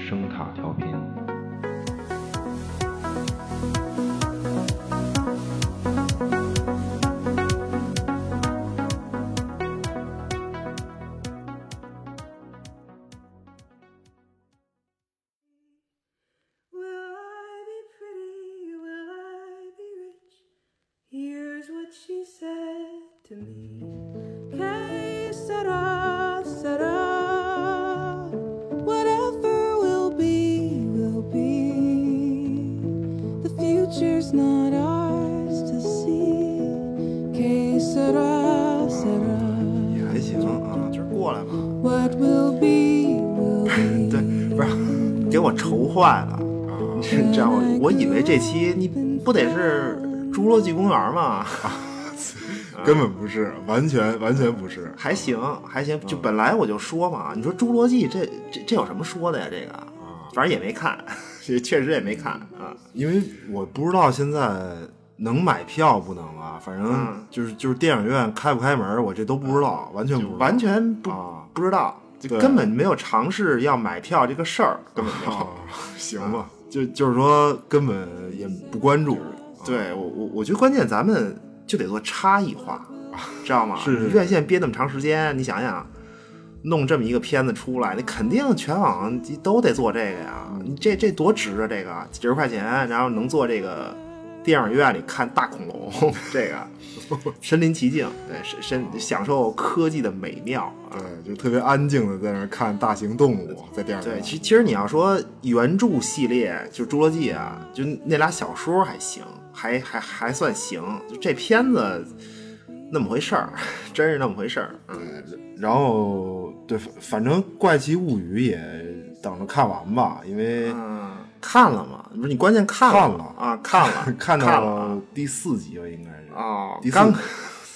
声塔调频。 Will I be pretty? Will I be rich? Here's what she said to me. Que sera, sera. Whatever will be, will be. The future's not ours to see. Que sera, sera. 也还行啊，今儿过来吧， What will be, will 对 be.，不是给我愁坏了，啊 你知道吗？我以为这期你不得是《侏罗纪公园》吗？ 根本不是，完全完全不是。还行还啊行，就本来我就说嘛，你说《侏罗纪》这这这有什么说的呀？这个，啊反正也没看， 也确实也没看啊。因为我不知道现在能买票不能啊，反嗯正就是就是电影院开不开门，我这都不知道，完全就不知道完全不、啊不知道，就对根本没有尝试要买票这个事儿，根本没有。 啊，行吧，就就是说根本也不关注。对我我我觉得关键咱们就得做差异化，知道吗？是是院线憋那么长时间，你想想，弄这么一个片子出来，你肯定全网都得做这个呀，你这这多值啊！这个几十块钱，然后能做这个电影院里看大恐龙， 这个身临其境，对，身身享受科技的美妙啊。对，就特别安静的在那儿看大型动物，在电影对，院。其其实你要说原著系列，就《侏罗纪》啊，就那俩小说还行，还还还算行。就这片子那么回事儿，真是那么回事儿。嗯，然后对，反反正《怪奇物语》也等着看完吧，因为嗯看了吗？不是你关键看了吗啊，看了， 看看到了啊了第四集了，应该是。哦第，四刚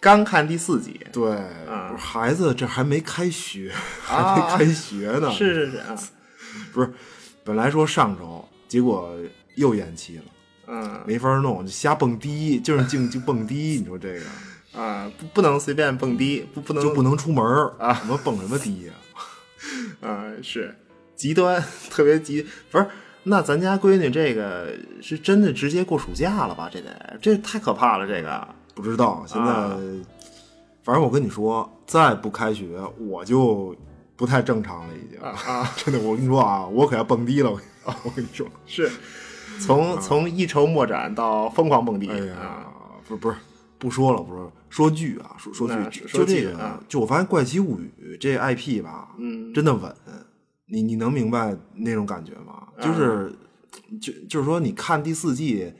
刚看第四集。对，嗯不是孩子这还没开学， 啊还没开学呢。是，是是， 不是？本来说上周，结果又延期了，嗯没法弄，就瞎蹦迪，就是净就蹦迪。你说这个嗯啊，不不能随便蹦迪，不不能就不能出门啊啊？什么蹦什么迪呀？嗯，是极端，特别极，不是？那咱家闺女这个是真的直接过暑假了吧？这得，这太可怕了，这个。不知道，现在、啊反正我跟你说，再不开学我就不太正常了，已经。啊 真的，我跟你说啊，我可要蹦迪了，我我跟你说，是，从从一筹莫展到疯狂蹦迪，哎呀啊，，不是不是，不说了，不说了说剧啊，说说那剧，说就剧这个，啊就我发现《怪奇物语》这 IP 吧，嗯真的稳，你你能明白那种感觉吗？就是，嗯就就是说，你看第四季，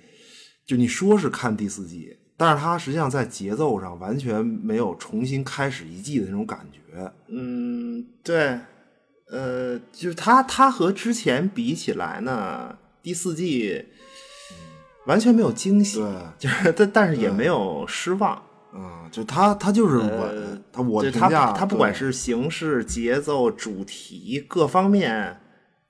就你说是看第四季，但是它实际上在节奏上完全没有重新开始一季的那种感觉。嗯，对，呃，就是它它和之前比起来呢，第四季完全没有惊喜对，，就是但但是也没有失望，嗯，就它它就是呃稳，它我就的是评他价，他不对管是形式、节奏、主题各方面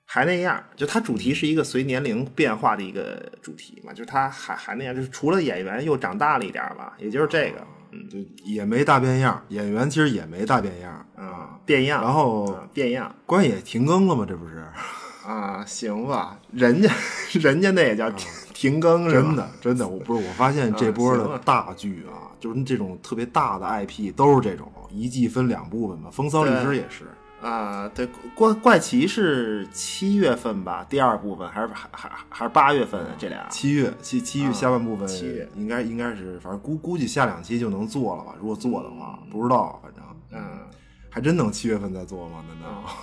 还那样，就他主题是一个随年龄变化的一个主题嘛，就是他还还那样，就是除了演员又长大了一点儿吧，也就是这个，嗯就也没大变样，演员其实也没大变样。嗯，变样，然后嗯变样关也停更了吗？这不是啊，行吧，人家 人家那也叫停停更是吧真的，真的，我不是我发现这波的大剧啊，就是这种特别大的 IP 都是这种一季分两部分嘛，《风骚律师对》也是，啊，对，怪怪奇是七月份吧，第二部分还是还还还是八月份啊这俩，七月七七啊月下半部分，七月应该应该是，反正估估计下两期就能做了吧，如果做的话，不知道，反正嗯。还真等七月份再做吗？难道？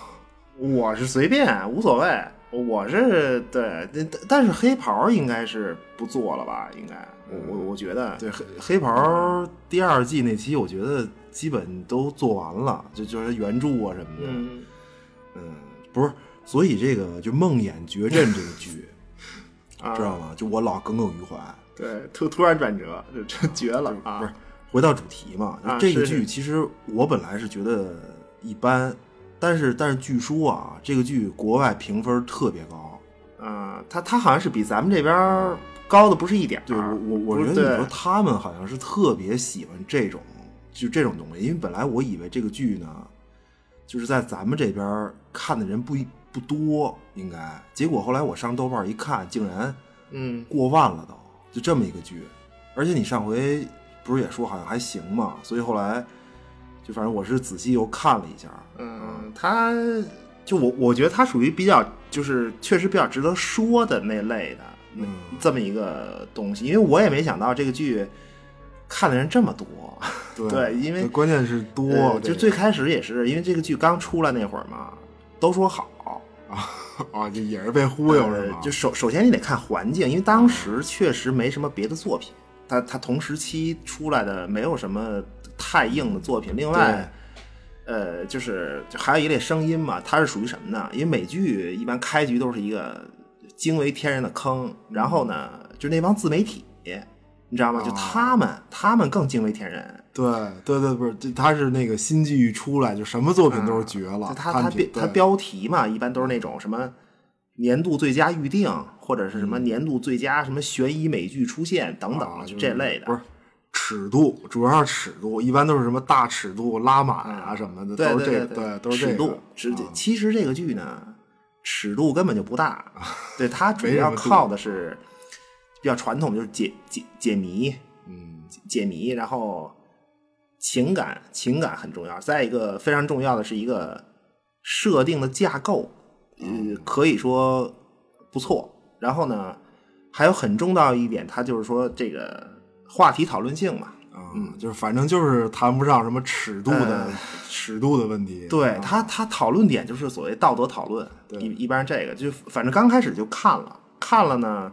我是随便，无所谓。我是对，但但是黑袍应该是不做了吧？应该，我我我觉得，对黑嗯 黑袍第二季那期，我觉得基本都做完了，就就是原著啊什么的。嗯，嗯，不是，所以这个就《梦魇绝阵》这个 剧，啊知道吗？就我老耿耿于怀。对，突突然转折，这这绝了啊！不是，回到主题嘛，啊就这个是是剧其实我本来是觉得一般，但是但是据说啊，这个剧国外评分特别高。啊，他他好像是比咱们这边儿高的不是一点儿。对我我我啊不是觉得你说对他们好像是特别喜欢这种就这种东西，因为本来我以为这个剧呢，就是在咱们这边看的人不一不多，应该。结果后来我上豆瓣一看，竟然嗯，过万了都，就这么一个剧。而且你上回不是也说好像还行嘛，所以后来就反正我是仔细又看了一下，嗯，他就我我觉得他属于比较就是确实比较值得说的那类的，嗯这么一个东西，因为我也没想到这个剧看的人这么多，对对因为关键是多，呃这就个最开始也是因为这个剧刚出来那会儿嘛，都说好，啊，就也是被忽悠呃是吗？就首首先你得看环境，因为当时确实没什么别的作品，他他同时期出来的没有什么太硬的作品。另外，呃，就是就还有一类声音嘛，它是属于什么呢？因为美剧一般开局都是一个惊为天人的坑，然后呢，就那帮自媒体，你知道吗？就他们，他们更惊为天人。对对对，不是，这他是那个新剧一出来就什么作品都是绝了，就它摊它品标它对标题嘛，一般都是那种什么年度最佳预定，或者是什么年度最佳什么悬疑美剧出现等等，嗯啊就就是这类的。不是尺度，主要是尺度，一般都是什么大尺度拉满啊什么的，对都是这对个，都是这尺个度。直接啊其实这个剧呢，尺度根本就不大，啊 对它主没什要么度靠的是比较传统，就是解解解谜，嗯，解谜，然后情感情感很重要。再一个非常重要的是一个设定的架构，嗯呃，可以说不错。然后呢，还有很重要一点，它就是说这个话题讨论性嘛。啊，嗯就是反正就是谈不上什么尺度的、呃尺度的问题。对啊他，他讨论点就是所谓道德讨论，对一一般是这个，就反正刚开始就看了，看了呢，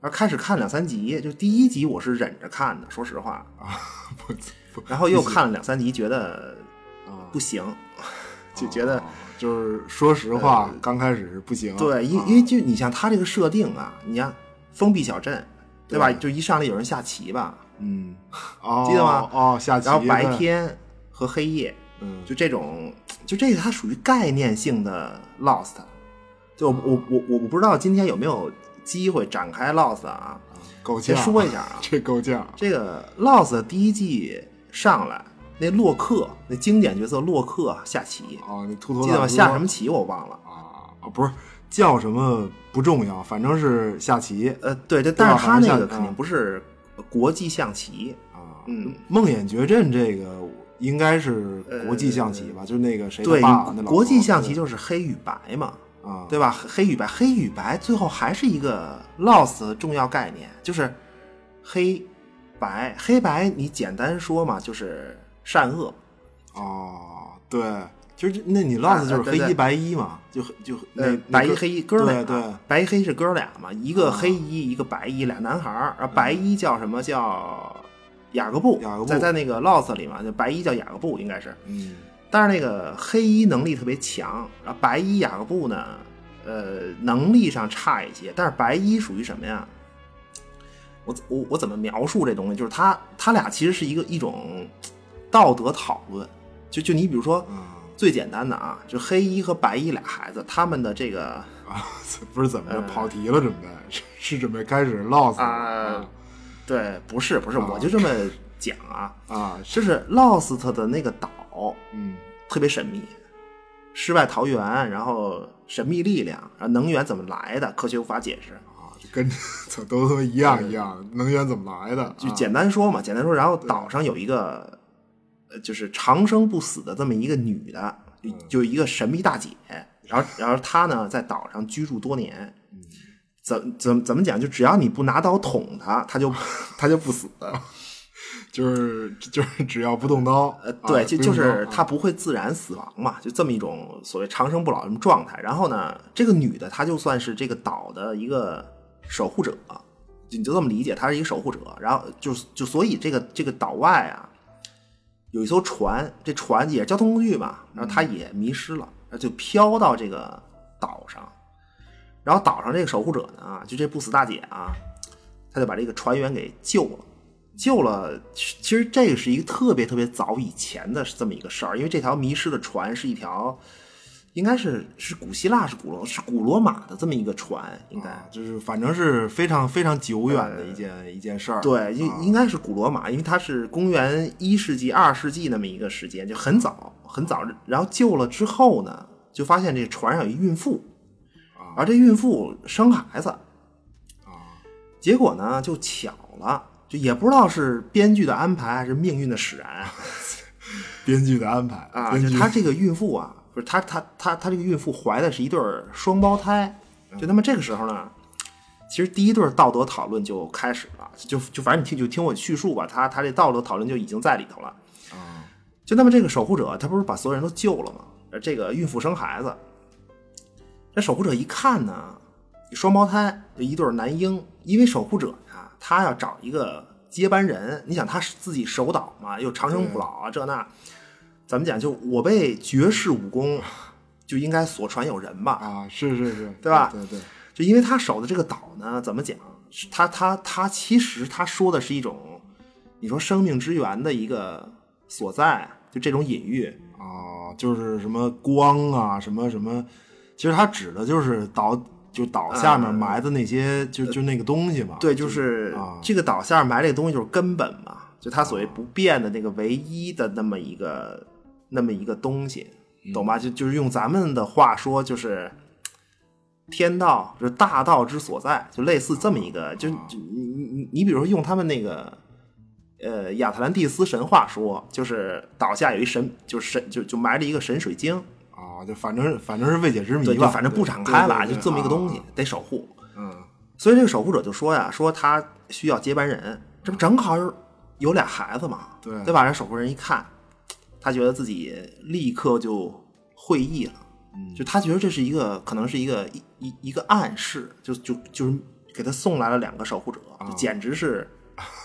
然后开始看两三集，就第一集我是忍着看的，说实话，我操然后又看了两三集，觉得啊不行，就觉得、呃啊就是说实话，刚开始是不行。对，因啊因为就你像他这个设定啊，你像封闭小镇，对吧？对就一上来有人下棋吧， 嗯，哦记得吗哦，下棋，然后白对，天和黑夜，嗯，就这种，就这个它属于概念性的 Lost。就啊我嗯我我我不知道今天有没有机会展开 Lost 啊，够呛。先说一 下啊，这够呛。这个 Lost 第一季上来那洛克那经典角色洛克啊下棋，哦，你秃头记得吗？大下哥什么棋我忘了。啊啊，不是叫什么不重要，反正是下棋呃，对，对这吧但是他好像那下嗯个肯定不是国际象棋，啊。嗯，呃梦魇绝阵这个应该是国际象棋吧，就是那个谁他对爸那，老国际头象棋就是黑与白嘛，啊，对吧？黑与白，黑与白最后还是一个 loss 的重要概念，就是黑白，黑白你简单说嘛，就是善恶，哦，对，就是那你 lost 就是啊对黑对一白一嘛，就黑就那呃那，白一个黑一哥俩，对嗯对，白一黑一是哥俩嘛，一个黑衣，一个白衣，俩男孩儿，然后白衣叫什么叫雅各布，嗯雅各布在在那个 loss 里嘛，就白衣叫雅各布应该是，嗯，但是那个黑衣能力特别强，然后白衣雅各布呢，呃，能力上差一些。但是白衣属于什么呀？我怎我我怎么描述这东西？就是他他俩其实是一个一种道德讨论。就就你比如说嗯最简单的啊，就黑衣和白衣俩孩子，他们的这个啊， 不是怎么着跑题了，准备是是准备开始 lost 了啊啊对，不是不是，啊我就这么讲啊，啊，是就是 Lost 的那个岛，嗯特别神秘，世外桃源，然后神秘力量，然后能源怎么来的，科学无法解释。啊，就跟操都都一样一样，能源怎么来的？就啊简单说嘛，简单说，然后岛上有一个，呃，就是长生不死的这么一个女的，就就一个神秘大姐，然后然后她呢在岛上居住多年，怎怎怎么讲？就只要你不拿刀捅她，她就她就不死。就是就是 只要不动刀，呃，啊对，就不就用是刀她不会自然死亡嘛，就这么一种所谓长生不老什么状态。然后呢，这个女的她就算是这个岛的一个守护者，就你就这么理解，她是一个守护者。然后就就所以这个这个岛外啊，有一艘船，这船也是交通工具嘛，然后她也迷失了，然后就飘到这个岛上。然后岛上这个守护者呢，就这不死大姐啊，她就把这个船员给救了。救了，其其实这个是一个特别特别早以前的这么一个事儿，因为这条迷失的船是一条，应该是是古希腊是古罗是古罗马的这么一个船，应该、啊就是反正是非常非常久远的一件一件事儿，呃啊对，应应该是古罗马，因为它是公元一世纪、二世纪那么一个时间，就很早很早。然后救了之后呢，就发现这船上有一孕妇，啊而这孕妇生孩子，结果呢就巧了，就也不知道是编剧的安排还是命运的使然啊，编剧的安排啊，编就剧她这个孕妇啊，不是她她她她这个孕妇怀的是一对儿双胞胎，就他妈这个时候呢，其实第一对儿道德讨论就开始了，就就反正你听就听我叙述吧，她她这道德讨论就已经在里头了。就那么这个守护者，他不是把所有人都救了吗？呃这个孕妇生孩子，这守护者一看呢，双胞胎就一对儿男婴，因为守护者呀，他要找一个接班人，你想他自己手倒嘛，又长生不老啊，这那，咱们讲就我辈绝世武功，就应该所传有人吧，啊，是是是，对吧对对，就因为他守的这个岛呢，怎么讲？是他他他其实他说的是一种，你说生命之源的一个所在，就这种隐喻。啊，就是什么光啊，什么什么，其实它指的就是岛，就嗯岛下面埋的那些，就就那个东西嘛。呃对，就是啊啊这个岛下埋这个东西就是根本嘛，就它所谓不变的那个唯一的那么一个那么一个东西，懂吧？就就是用咱们的话说，就是天道，就是大道之所在，就类似这么一个，就就你你你你比如说用他们那个。呃，亚特兰蒂斯神话说，就是岛下有一神，就是神，就就埋了一个神水晶，啊，就反正反正是未解之谜对，吧，就反正不展开了，啊，就这么一个东西，，得守护。嗯所以这个守护者就说呀，说他需要接班人，这不正好有有俩孩子嘛，对对吧？这守护人一看，他觉得自己立刻就会意了，就他觉得这是一个可能是一个一一一个暗示，就就就是给他送来了两个守护者，就简直是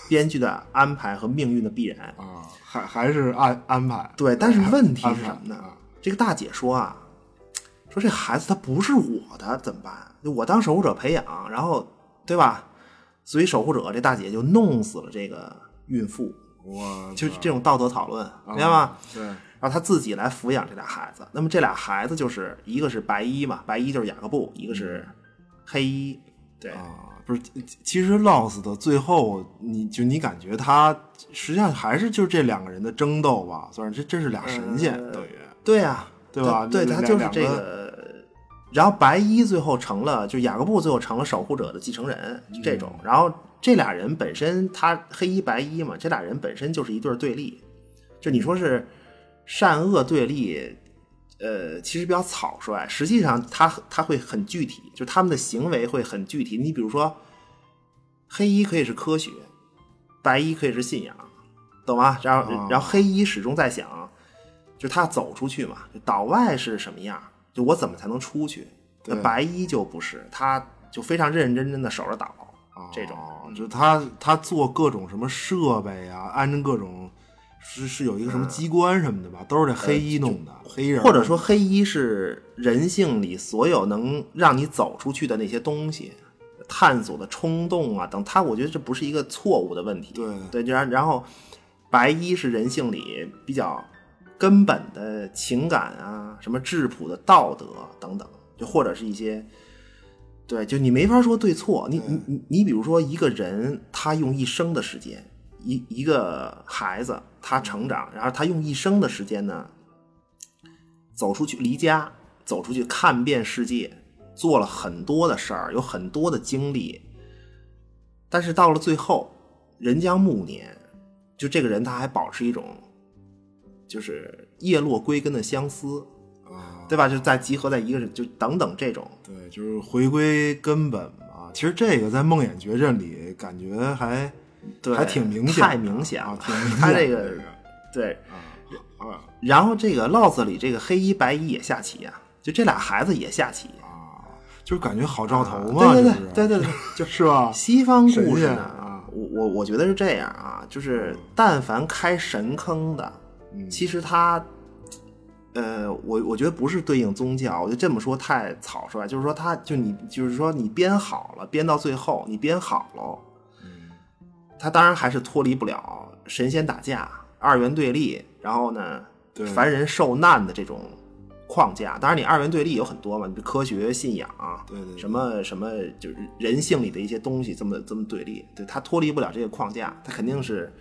编剧的安排和命运的必然。啊，还还是安安排，对，但是问题安是排什么呢啊？这个大姐说啊，说这孩子他不是我的，怎么办？就我当守护者培养，然后对吧？所以守护者这大姐就弄死了这个孕妇，我啊就是这种道德讨论，嗯明白吗？对然后她自己来抚养这俩孩子。那么这俩孩子就是一个是白衣嘛，白衣就是雅各布，一个是黑衣，对，啊，不是，其其实 Lost 的最后，你就你感觉他实际上还是就是这两个人的争斗吧，算是这这是俩神仙呃等于，对啊，对吧对，那他那就是两这个个。然后白衣最后成了，就雅各布最后成了守护者的继承人，就这嗯种。然后这俩人本身，他黑衣白衣嘛，这俩人本身就是一对儿对立。就你说是善恶对立，呃，其实比较草率。实际上他，他会很具体，就他们的行为会很具体。你比如说，黑衣可以是科学，白衣可以是信仰，懂吗？然后，啊然后黑衣始终在想，就他走出去嘛，就岛外是什么样，就我怎么才能出去？那对白衣就不是，他就非常认认真真的守着岛，这种哦就是他他做各种什么设备啊，安着各种是是有一个什么机关什么的吧，都是这黑衣弄的，黑人嗯呃或者说黑衣是人性里所有能让你走出去的那些东西，探索的冲动啊等，他我觉得这不是一个错误的问题。对对，就然然后白衣是人性里比较根本的情感啊，什么质朴的道德等等，就或者是一些。对，就你没法说对错，你你你你比如说一个人，他用一生的时间，一一个孩子他成长，然后他用一生的时间呢，走出去离家，走出去看遍世界，做了很多的事儿，有很多的经历，但是到了最后，人将暮年，就这个人他还保持一种就是叶落归根的相思，啊，对吧？就再集合在一个人，就等等这种，对，就是回归根本嘛。其实这个在《梦魇绝阵》里感觉还对，还挺明显的，太明显啊了，， 挺明显的。他这个对，啊然后这个 Lost 里这个黑衣白衣也下棋呀、就这俩孩子也下棋，啊，就是感觉好照头嘛，啊对对就是对对 对对，就是吧？西方故神事仙呢，啊嗯我我我觉得是这样啊，就是但凡开神坑的，其实他，呃，我我觉得不是对应宗教，我就这么说太草率，就是说他就你就是说你编好了，编到最后你编好喽，嗯他当然还是脱离不了神仙打架、二元对立，然后呢对，凡人受难的这种框架。当然，你二元对立有很多嘛，你科学、信仰，啊对对对什么什么，就是人性里的一些东西，这么这么对立，对他脱离不了这个框架，他肯定是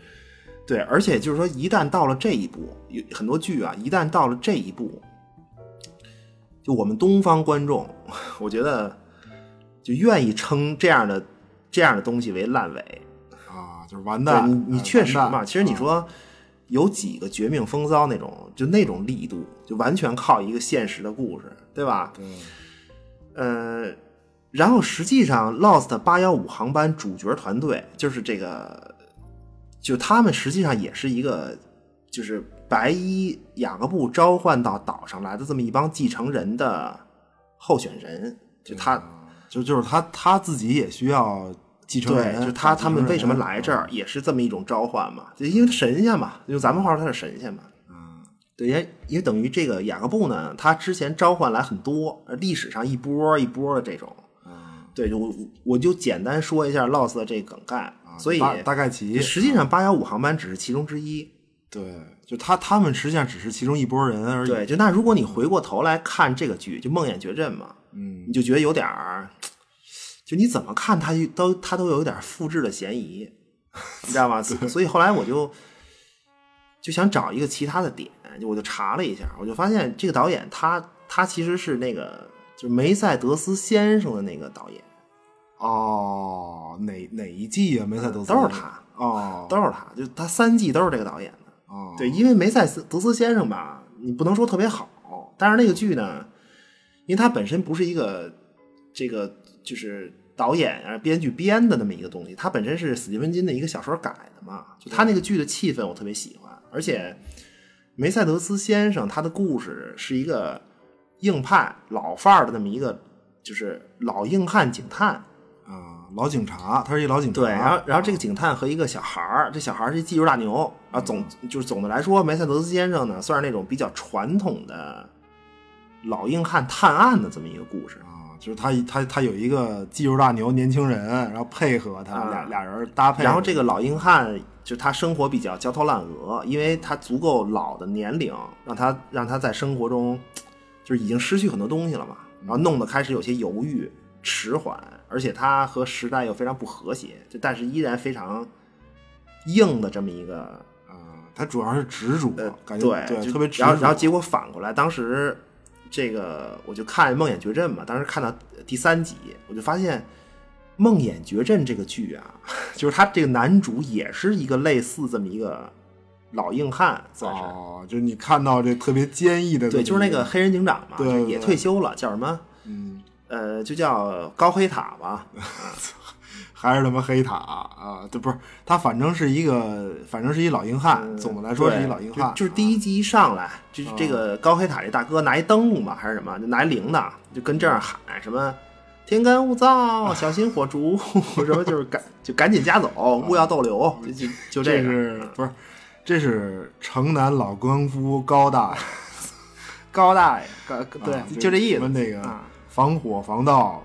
对。而且就是说，一旦到了这一步，有很多剧啊，一旦到了这一步，就我们东方观众，我觉得就愿意称这样的这样的东西为烂尾。啊，就是完对蛋。你你哎确实完嘛，蛋其实你啊说、有几个《绝命风骚》那种，就那种力度，就完全靠一个现实的故事，对吧？对呃，然后实际上《Lost》八幺五航班主角团队就是这个，就他们实际上也是一个，就是白衣雅各布召唤到岛上来的这么一帮继承人的候选人，就他啊就就是他他自己也需要继承人，对，就他继承他们为什么人嗯来这儿，也是这么一种召唤嘛，就因为他神仙嘛，用咱们话说他是神仙嘛。嗯，对，因为因为等于这个雅各布呢，他之前召唤来很多，呃历史上一波一波的这种。嗯对，就我我就简单说一下 Lost 的这个梗概，啊所以大大概其实际上八幺五航班只是其中之一。对，就他他们实际上只是其中一波人而已。对，就那如果你回过头来看这个剧，就《梦魇绝阵》嘛，嗯你就觉得有点儿，就你怎么看它都它都有一点复制的嫌疑，你知道 吗？所以后来我就就想找一个其他的点，就我就查了一下，我就发现这个导演他他其实是那个就是梅赛德斯先生的那个导演，哦，哪哪一季啊？梅赛德斯都是他哦，都是他，就他三季都是这个导演的。哦对，因为梅赛斯德斯先生吧，你不能说特别好，但是那个剧呢，因为它本身不是一个这个就是导演啊编剧编的那么一个东西，它本身是史蒂芬金的一个小说改的嘛，就他那个剧的气氛我特别喜欢，而且梅赛德斯先生他的故事是一个硬派老范儿的那么一个就是老硬汉警探，啊，老警察，他是一老警察。对，然后然后这个警探和一个小孩儿，这小孩儿是技术大牛啊。总就是总的来说，梅赛德斯先生呢，算是那种比较传统的老硬汉探案的这么一个故事。啊，就是他他他有一个技术大牛年轻人，然后配合他啊俩俩人搭配，然后这个老硬汉就他生活比较焦头烂额，因为他足够老的年龄，让他让他在生活中就是已经失去很多东西了嘛，然后弄得开始有些犹豫、迟缓，而且他和时代又非常不和谐，就但是依然非常硬的这么一个啊，他主要是执着呃，，感觉对，就特别执然后然着。后结果反过来，当时这个我就看《梦魇绝阵》嘛，当时看到第三集，我就发现《梦魇绝阵》这个剧啊， 就是他这个男主也是一个类似这么一个老硬汉，算是、哦，就是你看到这特别坚毅的，对，就是那个，黑人警长嘛，对就对也对退休了，叫什么？嗯，呃，就叫高黑塔吧，还是他妈黑塔啊，这不是他，反正是一个，反正是一老硬汉，啊总的来说是一嗯对老啊硬就汉，啊就是第一集一上来，就是这个高黑塔这大哥拿一灯笼吧，还是什么，就拿一铃铛，就跟这儿喊什么“天干 物燥，小心火烛”，什么就是赶就赶紧家走，勿要逗留，就就就啊这个。嗯是不是？这是城南老官夫高大啊爷，高大爷，高对啊，就这意什么思。那个啊嗯防火防盗，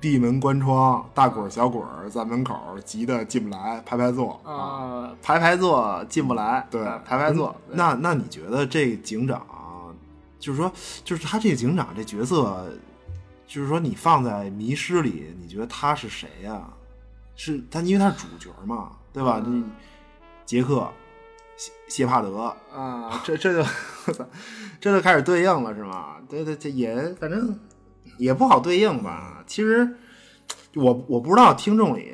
闭门关窗，大鬼儿小鬼儿在门口急得进不来，排排坐。啊，排排坐进不来，对啊，排排坐。对那那你觉得这警长，就是说，就是他这个警长这角色，就是说你放在《迷失》里，你觉得他是谁呀、是他，因为他是主角嘛，对吧？嗯你杰克。谢谢帕德，啊，这 这就我操，这就开始对应了是吗？对对，这也反正也不好对应吧。其实我我不知道听众里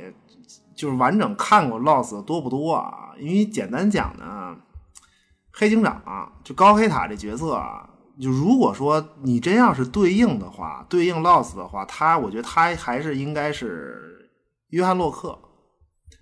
就是完整看过《Lost》的多不多啊？因为简单讲呢，黑警长啊就高黑塔这角色啊，就如果说你真要是对应的话，对应《Lost》的话，他我觉得他还是应该是约翰洛克。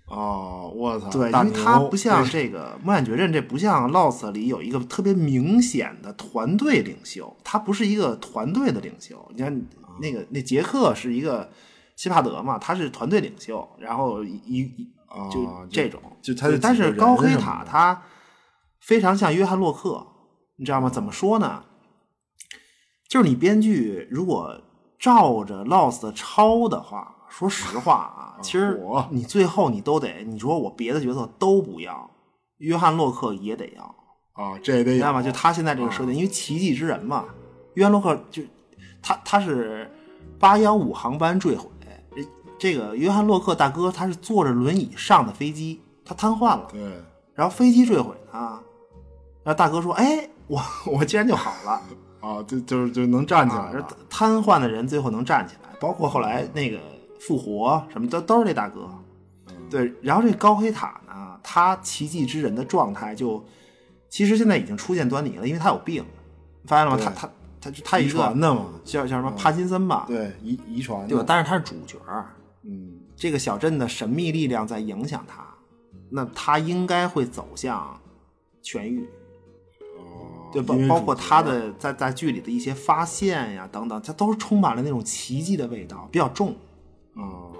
哦，我操！对，大因为它牛不像这个《梦魇绝阵》，这不像《Lost》里有一个特别明显的团队领袖，他不是一个团队的领袖。你看那啊个那杰克是一个希帕德嘛，他是团队领袖，然后一一啊，就这种。就他对的但几个是人高黑什么塔的他非常像约翰洛克，你知道吗？怎么说呢？就是你编剧如果照着 Lost 抄的话，说实话啊，其实火你最后你都得，你说我别的角色都不要，约翰洛克也得要，啊，这也得你有知道吗？就他现在这个设定，因为奇迹之人嘛，约翰洛克就他他是八幺五航班坠毁，这这个约翰洛克大哥他是坐着轮椅上的飞机，他瘫痪了，对，然后飞机坠毁呢，然后大哥说：“哎，我我竟然就好了。”啊，就就是就能 站起啊来，这了。瘫痪的人最后能站起来，包括后来那个复活什么的，都是这大哥。嗯对，然后这高黑塔呢，他奇迹之人的状态就，其实现在已经出现端倪了，因为他有病，发现了吗？对他他他就他有遗一传个的嘛，嗯叫叫什么帕金森吧，对遗遗传的，对吧？但是他是主角，嗯，这个小镇的神秘力量在影响他，那他应该会走向痊愈。哦对，包因为包主括角他的在在剧里的一些发现呀等等，它都是充满了那种奇迹的味道，比较重。哦，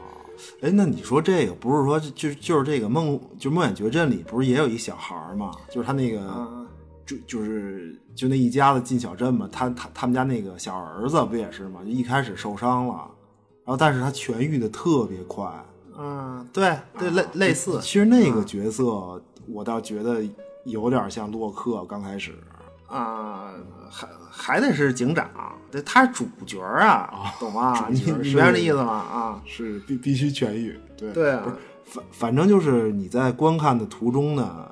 哎，那你说这个不是说就就就是这个梦就梦魇绝阵里不是也有一小孩儿嘛？就是他那个、啊就就是就那一家子进小镇嘛，他他他们家那个小儿子不也是嘛？就一开始受伤了，然后但是他痊愈的特别快，嗯，对对，嗯类类似其实那个角色我倒觉得有点像洛克刚开始，啊，还还得是警长，这他是主角啊，懂吗？哦主你角你是明白这意思吗？啊，是必必须痊愈，对对啊不是反反正就是你在观看的途中呢，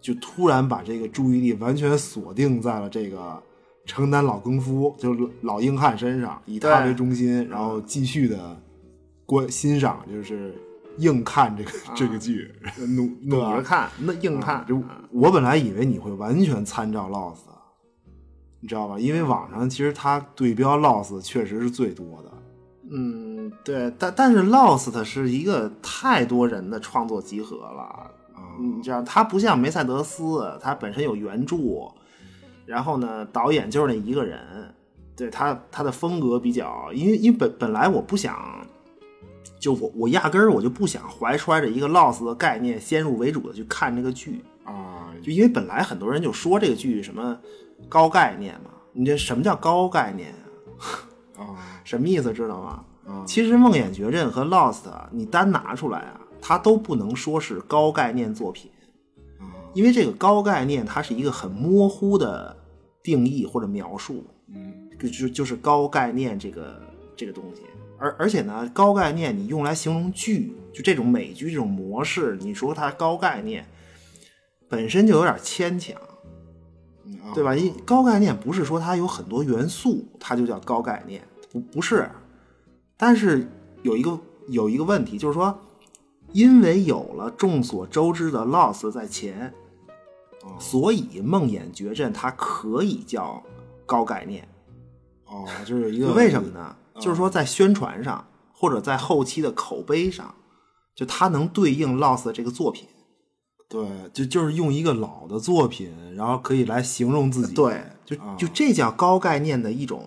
就突然把这个注意力完全锁定在了这个城南老更夫，就是老硬汉身上，以他对嗯为中心，然后继续的观欣赏，就是硬看这个、这个剧， 努努啊努着看，那硬看嗯啊，就我本来以为你会完全参照 Lost，你知道吧？因为网上其实它对标 Lost 确实是最多的。嗯，对，但但是 Lost 是一个太多人的创作集合啊了，嗯你知道，他不像梅赛德斯，他本身有原著，然后呢，导演就是那一个人，对他他的风格比较，因为因为本本来我不想，就我我压根儿我就不想怀揣着一个 Lost 的概念先入为主的去看这个剧，啊，就因为本来很多人就说这个剧什么高概念嘛，你这什么叫高概念啊？啊什么意思知道吗？嗯其实《梦魇绝阵》和《Lost》，你单拿出来啊，它都不能说是高概念作品，因为这个高概念它是一个很模糊的定义或者描述，嗯就就就是高概念这个这个东西。而而且呢，高概念你用来形容剧，就这种美剧这种模式，你说它高概念，本身就有点牵强。嗯对吧？因高概念不是说它有很多元素，它就叫高概念，不不是。但是有一个有一个问题，就是说，因为有了众所周知的 loss 在前，所以梦魇绝阵它可以叫高概念。哦，就是有一就个为什么？呢？嗯就是说在宣传上，或者在后期的口碑上，就它能对应 loss 这个作品。对，就就是用一个老的作品，然后可以来形容自己。对，就啊就这叫高概念的一种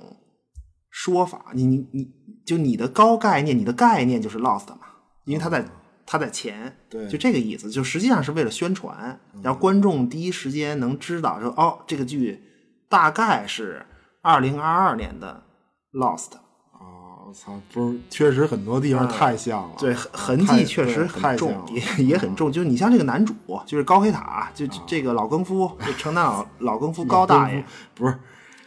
说法。你你你就你的高概念，你的概念就是 lost 嘛，因为它在它在前，啊对嗯就这个意思。就实际上是为了宣传，然后观众第一时间能知道说，哦，这个剧大概是二零二二年的 lost。啊，我操，不是，确实很多地方太像了。嗯对，啊痕痕太迹确实对很太像重嗯了，也也很重。就是你像这个男主，就是高黑塔，就就这个老更夫，就城南 老啊老更夫高大爷，不是，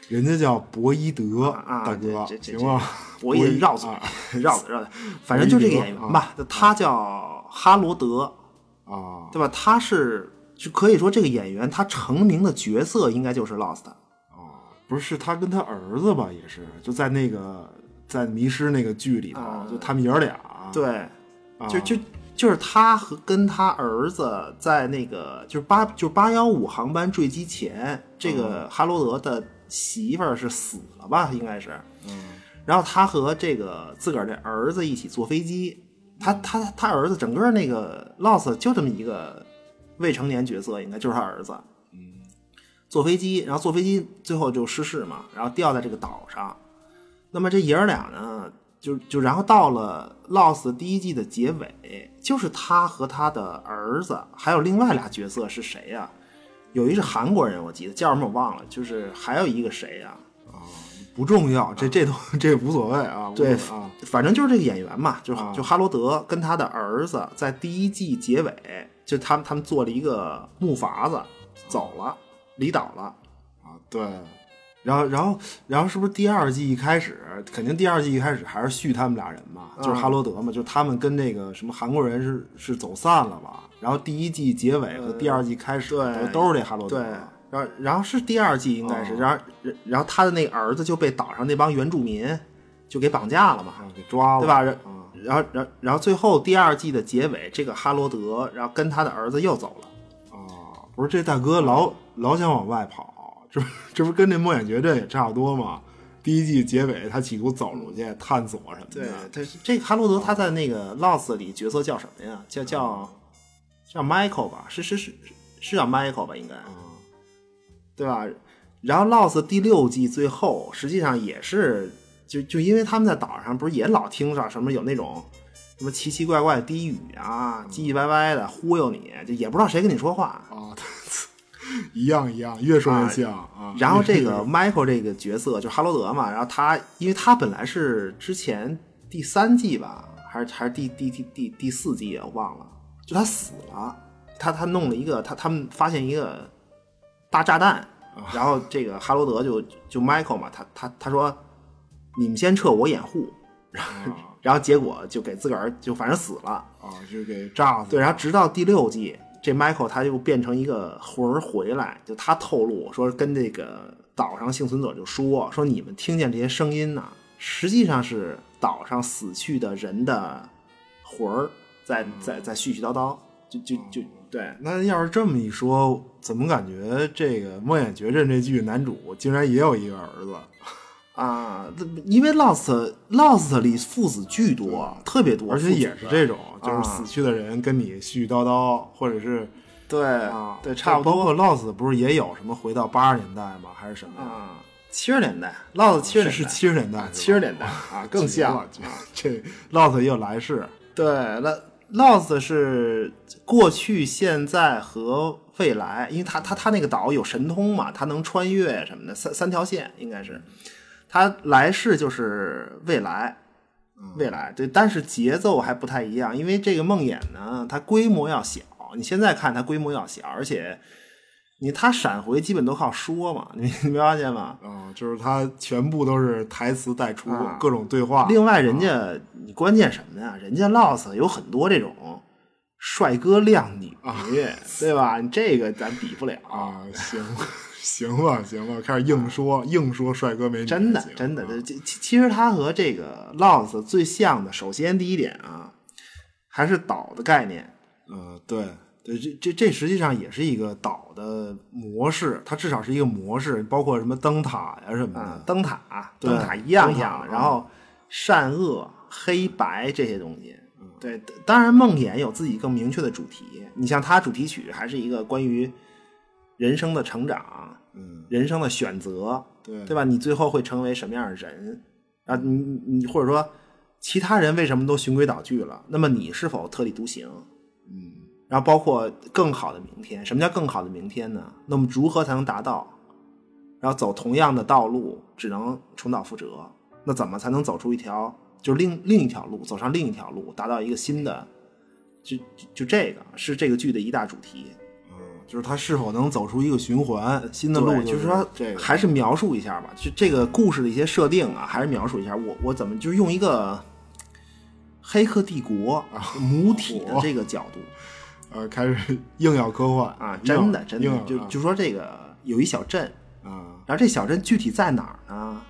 人家叫博伊德、啊大哥，这这这行吗？我也绕嘴啊，绕嘴 绕嘴，反正就这个演员啊吧，他叫哈罗德，啊对吧？他是就可以说这个演员他成名的角色应该就是 Lost，啊，不是，是他跟他儿子吧，也是就在那个在迷失那个剧里头，就他们爷儿俩，啊对，啊，就就就是他和跟他儿子在那个就是八就是八幺五航班坠机前，这个嗯哈罗德的媳妇儿是死了吧？应该是，嗯然后他和这个自个儿的儿子一起坐飞机，他他他儿子整个那个 Lost 就这么一个未成年角色，应该就是他儿子。嗯坐飞机，然后坐飞机最后就失事嘛，然后掉在这个岛上。那么这爷儿俩呢，就就然后到了《Lost》第一季的结尾，就是他和他的儿子，还有另外俩角色是谁呀、有一是韩国人，我记得叫什么我忘了，就是还有一个谁啊呀、嗯不重要，这这都 这无所谓啊，无所啊对谓啊，反正就是这个演员嘛，就、啊就哈罗德跟他的儿子在第一季结尾，就他们他们做了一个木筏子走了，离岛了。啊，对。然后，然后，然后是不是第二季一开始，肯定第二季一开始还是续他们俩人嘛，啊就是哈罗德嘛，就他们跟那个什么韩国人是是走散了吧？然后第一季结尾和第二季开始呃对都都是这哈罗德，对，然后然后是第二季应该是，啊哦然后然后他的那个儿子就被岛上那帮原住民就给绑架了嘛，啊给抓了，对吧？然啊，然后然后然后最后第二季的结尾，这个哈罗德然后跟他的儿子又走了。啊，不是这大哥老老想往外跑，这不这不跟那梦魇绝症也差不多吗？第一季结尾他企图走出去探索什么对的，，他是这个哈罗德他在那个 Lost 里角色叫什么呀？叫叫叫 Michael 吧？是是是是叫 Michael 吧？应该啊对吧？然后 Lost 第六季最后实际上也是就就因为他们在岛上不是也老听着什么有那种什么奇奇怪怪的低语啊、唧唧歪歪的忽悠你，就也不知道谁跟你说话。啊， 一样一样，越说越像啊。然 后这个 Michael 这个角色就哈罗德嘛，然后他因为他本来是之前第三季吧，还是还是第第第第第四季啊，我忘了，就他死了，他他弄了一个他他们发现一个大炸弹，啊然后这个哈罗德就就 Michael 嘛，他他他说你们先撤，我掩护，啊然后结果就给自个儿就反正死了，啊，就给炸死对，了。然后直到第六季，这 Michael 他就变成一个魂儿回来，就他透露说跟这个岛上幸存者就说说你们听见这些声音呐，实际上是岛上死去的人的魂儿在嗯在在絮絮叨叨，就就就对。那要是这么一说，怎么感觉这个《梦魇绝症》这剧男主竟然也有一个儿子？啊，因为 Lost Lost 里父子巨多，特别多，而且父子也是的这种，就啊是死去的人跟你絮絮叨叨，或者是对、啊，对，差不多。包括 Lost 不是也有什么回到八十年代吗？还是什么呀？啊，七十年代，Lost 七十是年代是七十年代是吧，七十年代啊，更像像。这 Lost 也有来世对，那 Lost 是过去、现在和未来，因为他他他那个岛有神通嘛，他能穿越什么的，三三条线应该是。他来世就是未来，未来对，但是节奏还不太一样，因为这个梦魇呢，它规模要小，你现在看它规模要小，而且你它闪回基本都靠说嘛，你你没发现吗？啊，就是他全部都是台词带出啊，各种对话。另外，人家哦你关键什么呀？人家 Lost 有很多这种帅哥靓女，对吧？你这个咱比不了，啊，行 行吧，行吧，开始硬说硬说帅哥美女，真的行真的。啊这其其实它和这个 Lost 最像的，首先第一点啊，还是岛的概念。呃，对对，这这这实际上也是一个岛的模式，它至少是一个模式，包括什么灯塔呀什么啊的，，灯塔，对灯塔一样灯一塔样的。啊然后善恶、黑白这些东西，嗯对，当当然梦魇有自己更明确的主题。你像它主题曲还是一个关于人生的成长，嗯，人生的选择，对对吧？你最后会成为什么样的人啊？你你你或者说其他人为什么都循规蹈矩了？那么你是否特立独行？嗯然后包括更好的明天，什么叫更好的明天呢？那么如何才能达到？然后走同样的道路，只能重蹈覆辙。那怎么才能走出一条就另另一条路，走上另一条路，达到一个新的？就就就这个是这个剧的一大主题。嗯，就是它是否能走出一个循环新的路对，就就是说这个还是描述一下吧，就这个故事的一些设定啊，还是描述一下我我怎么就是用一个《黑客帝国》啊母体的这个角度呃开始 硬要科幻啊，硬真的要真硬的要就啊就说这个有一小镇，啊然后这小镇具体在哪儿呢？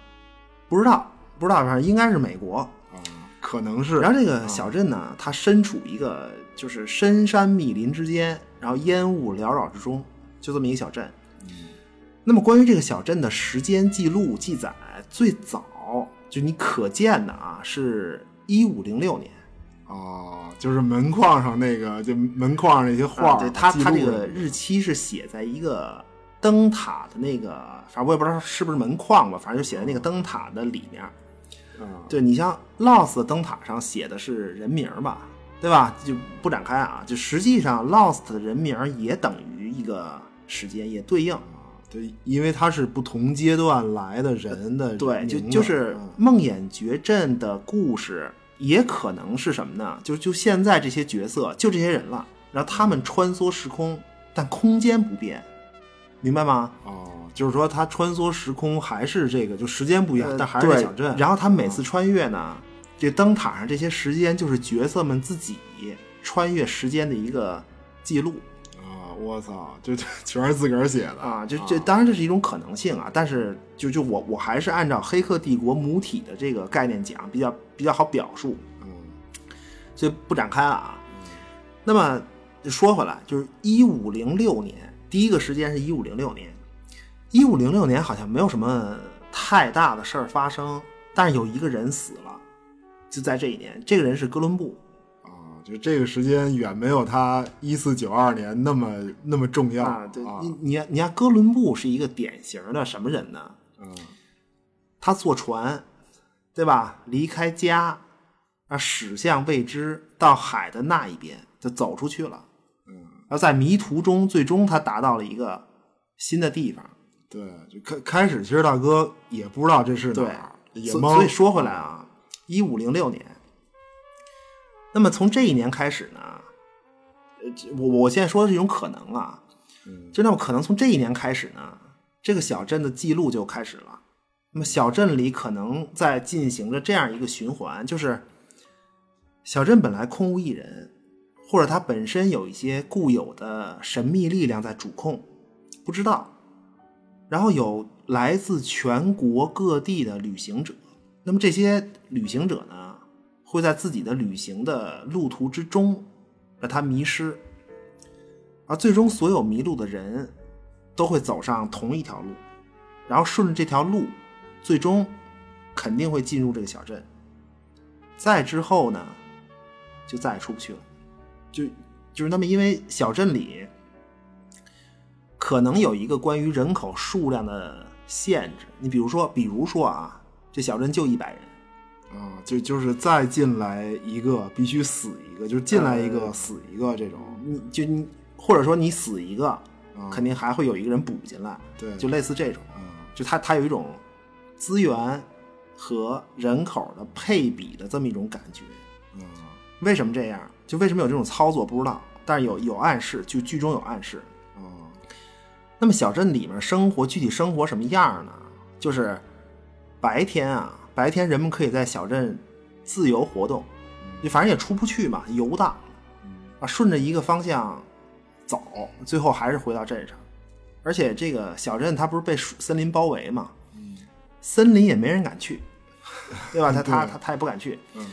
不知道，不知道，反正应该是美国。啊，可能是然后这个小镇呢，它身处一个就是深山密林之间，然后烟雾缭绕之中，就这么一个小镇。那么关于这个小镇的时间记录记载，最早就你可见的啊，是一五零六年。啊，就是门框上那个，就门框上那些画啊儿，对，它记它这录个着日期是写在一个灯塔的那个，反正我也不知道是不是门框吧，反正就写在那个灯塔的里面。啊，对你像 Lost 的灯塔上写的是人名儿吧，对吧？就不展开啊，就实际上 Lost 的人名儿也等于一个时间，也对应。啊对，因为它是不同阶段来的人的对，名就字就是嗯梦魇绝阵的故事，也可能是什么呢？就就现在这些角色，就这些人了，然后他们穿梭时空，但空间不变，明白吗？哦，就是说它穿梭时空还是这个，就时间不一样呃，但还是那对嗯小镇。然后他每次穿越呢，这灯塔上这些时间就是角色们自己穿越时间的一个记录。啊，我操，就就全是自个儿写的啊，就这当然这是一种可能性啊，但是就就我我还是按照《黑客帝国》母体的这个概念讲，比较比较好表述，嗯所以不展开了啊。那么说回来，就是一五零六年，第一个时间是一五零六年，一五零六年好像没有什么太大的事儿发生，但是有一个人死了，就在这一年，这个人是哥伦布。啊，就这个时间远没有他一四九二年那么那么重要啊，对，你你看你看，哥伦布是一个典型的什么人呢？嗯他坐船，对吧？离开家，啊，驶向未知，到海的那一边就走出去了。嗯，而在迷途中，最终他达到了一个新的地方。对，就开开始其实大哥也不知道这是哪对儿，，也所懵。所以说回来啊，一五零六年，那么从这一年开始呢，呃，这我我现在说的是一种可能啊，嗯就那么可能从这一年开始呢，这个小镇的记录就开始了。那么小镇里可能在进行着这样一个循环，就是小镇本来空无一人，或者它本身有一些固有的神秘力量在主控，不知道。然后有来自全国各地的旅行者。那么这些旅行者呢，会在自己的旅行的路途之中，让他迷失，而最终所有迷路的人都会走上同一条路，然后顺着这条路，最终肯定会进入这个小镇。再之后呢，就再也出不去了，就就是那么，因为小镇里可能有一个关于人口数量的限制。你比如说，比如说啊，这小镇就一百人，啊，就就是再进来一个必须死一个，就是进来一个、呃死一个这种，你就你或者说你死一个，啊、肯定还会有一个人补进来，对，就类似这种，啊就它它有一种资源和人口的配比的这么一种感觉。啊为什么这样？就为什么有这种操作不知道，但是有有暗示，就剧中有暗示。啊，那么小镇里面生活具体生活什么样呢？就是白天啊，白天人们可以在小镇自由活动，就反正也出不去嘛，游荡啊，顺着一个方向走，最后还是回到镇上。而且这个小镇它不是被树森林包围嘛，森林也没人敢去，对吧？他他他他也不敢去。嗯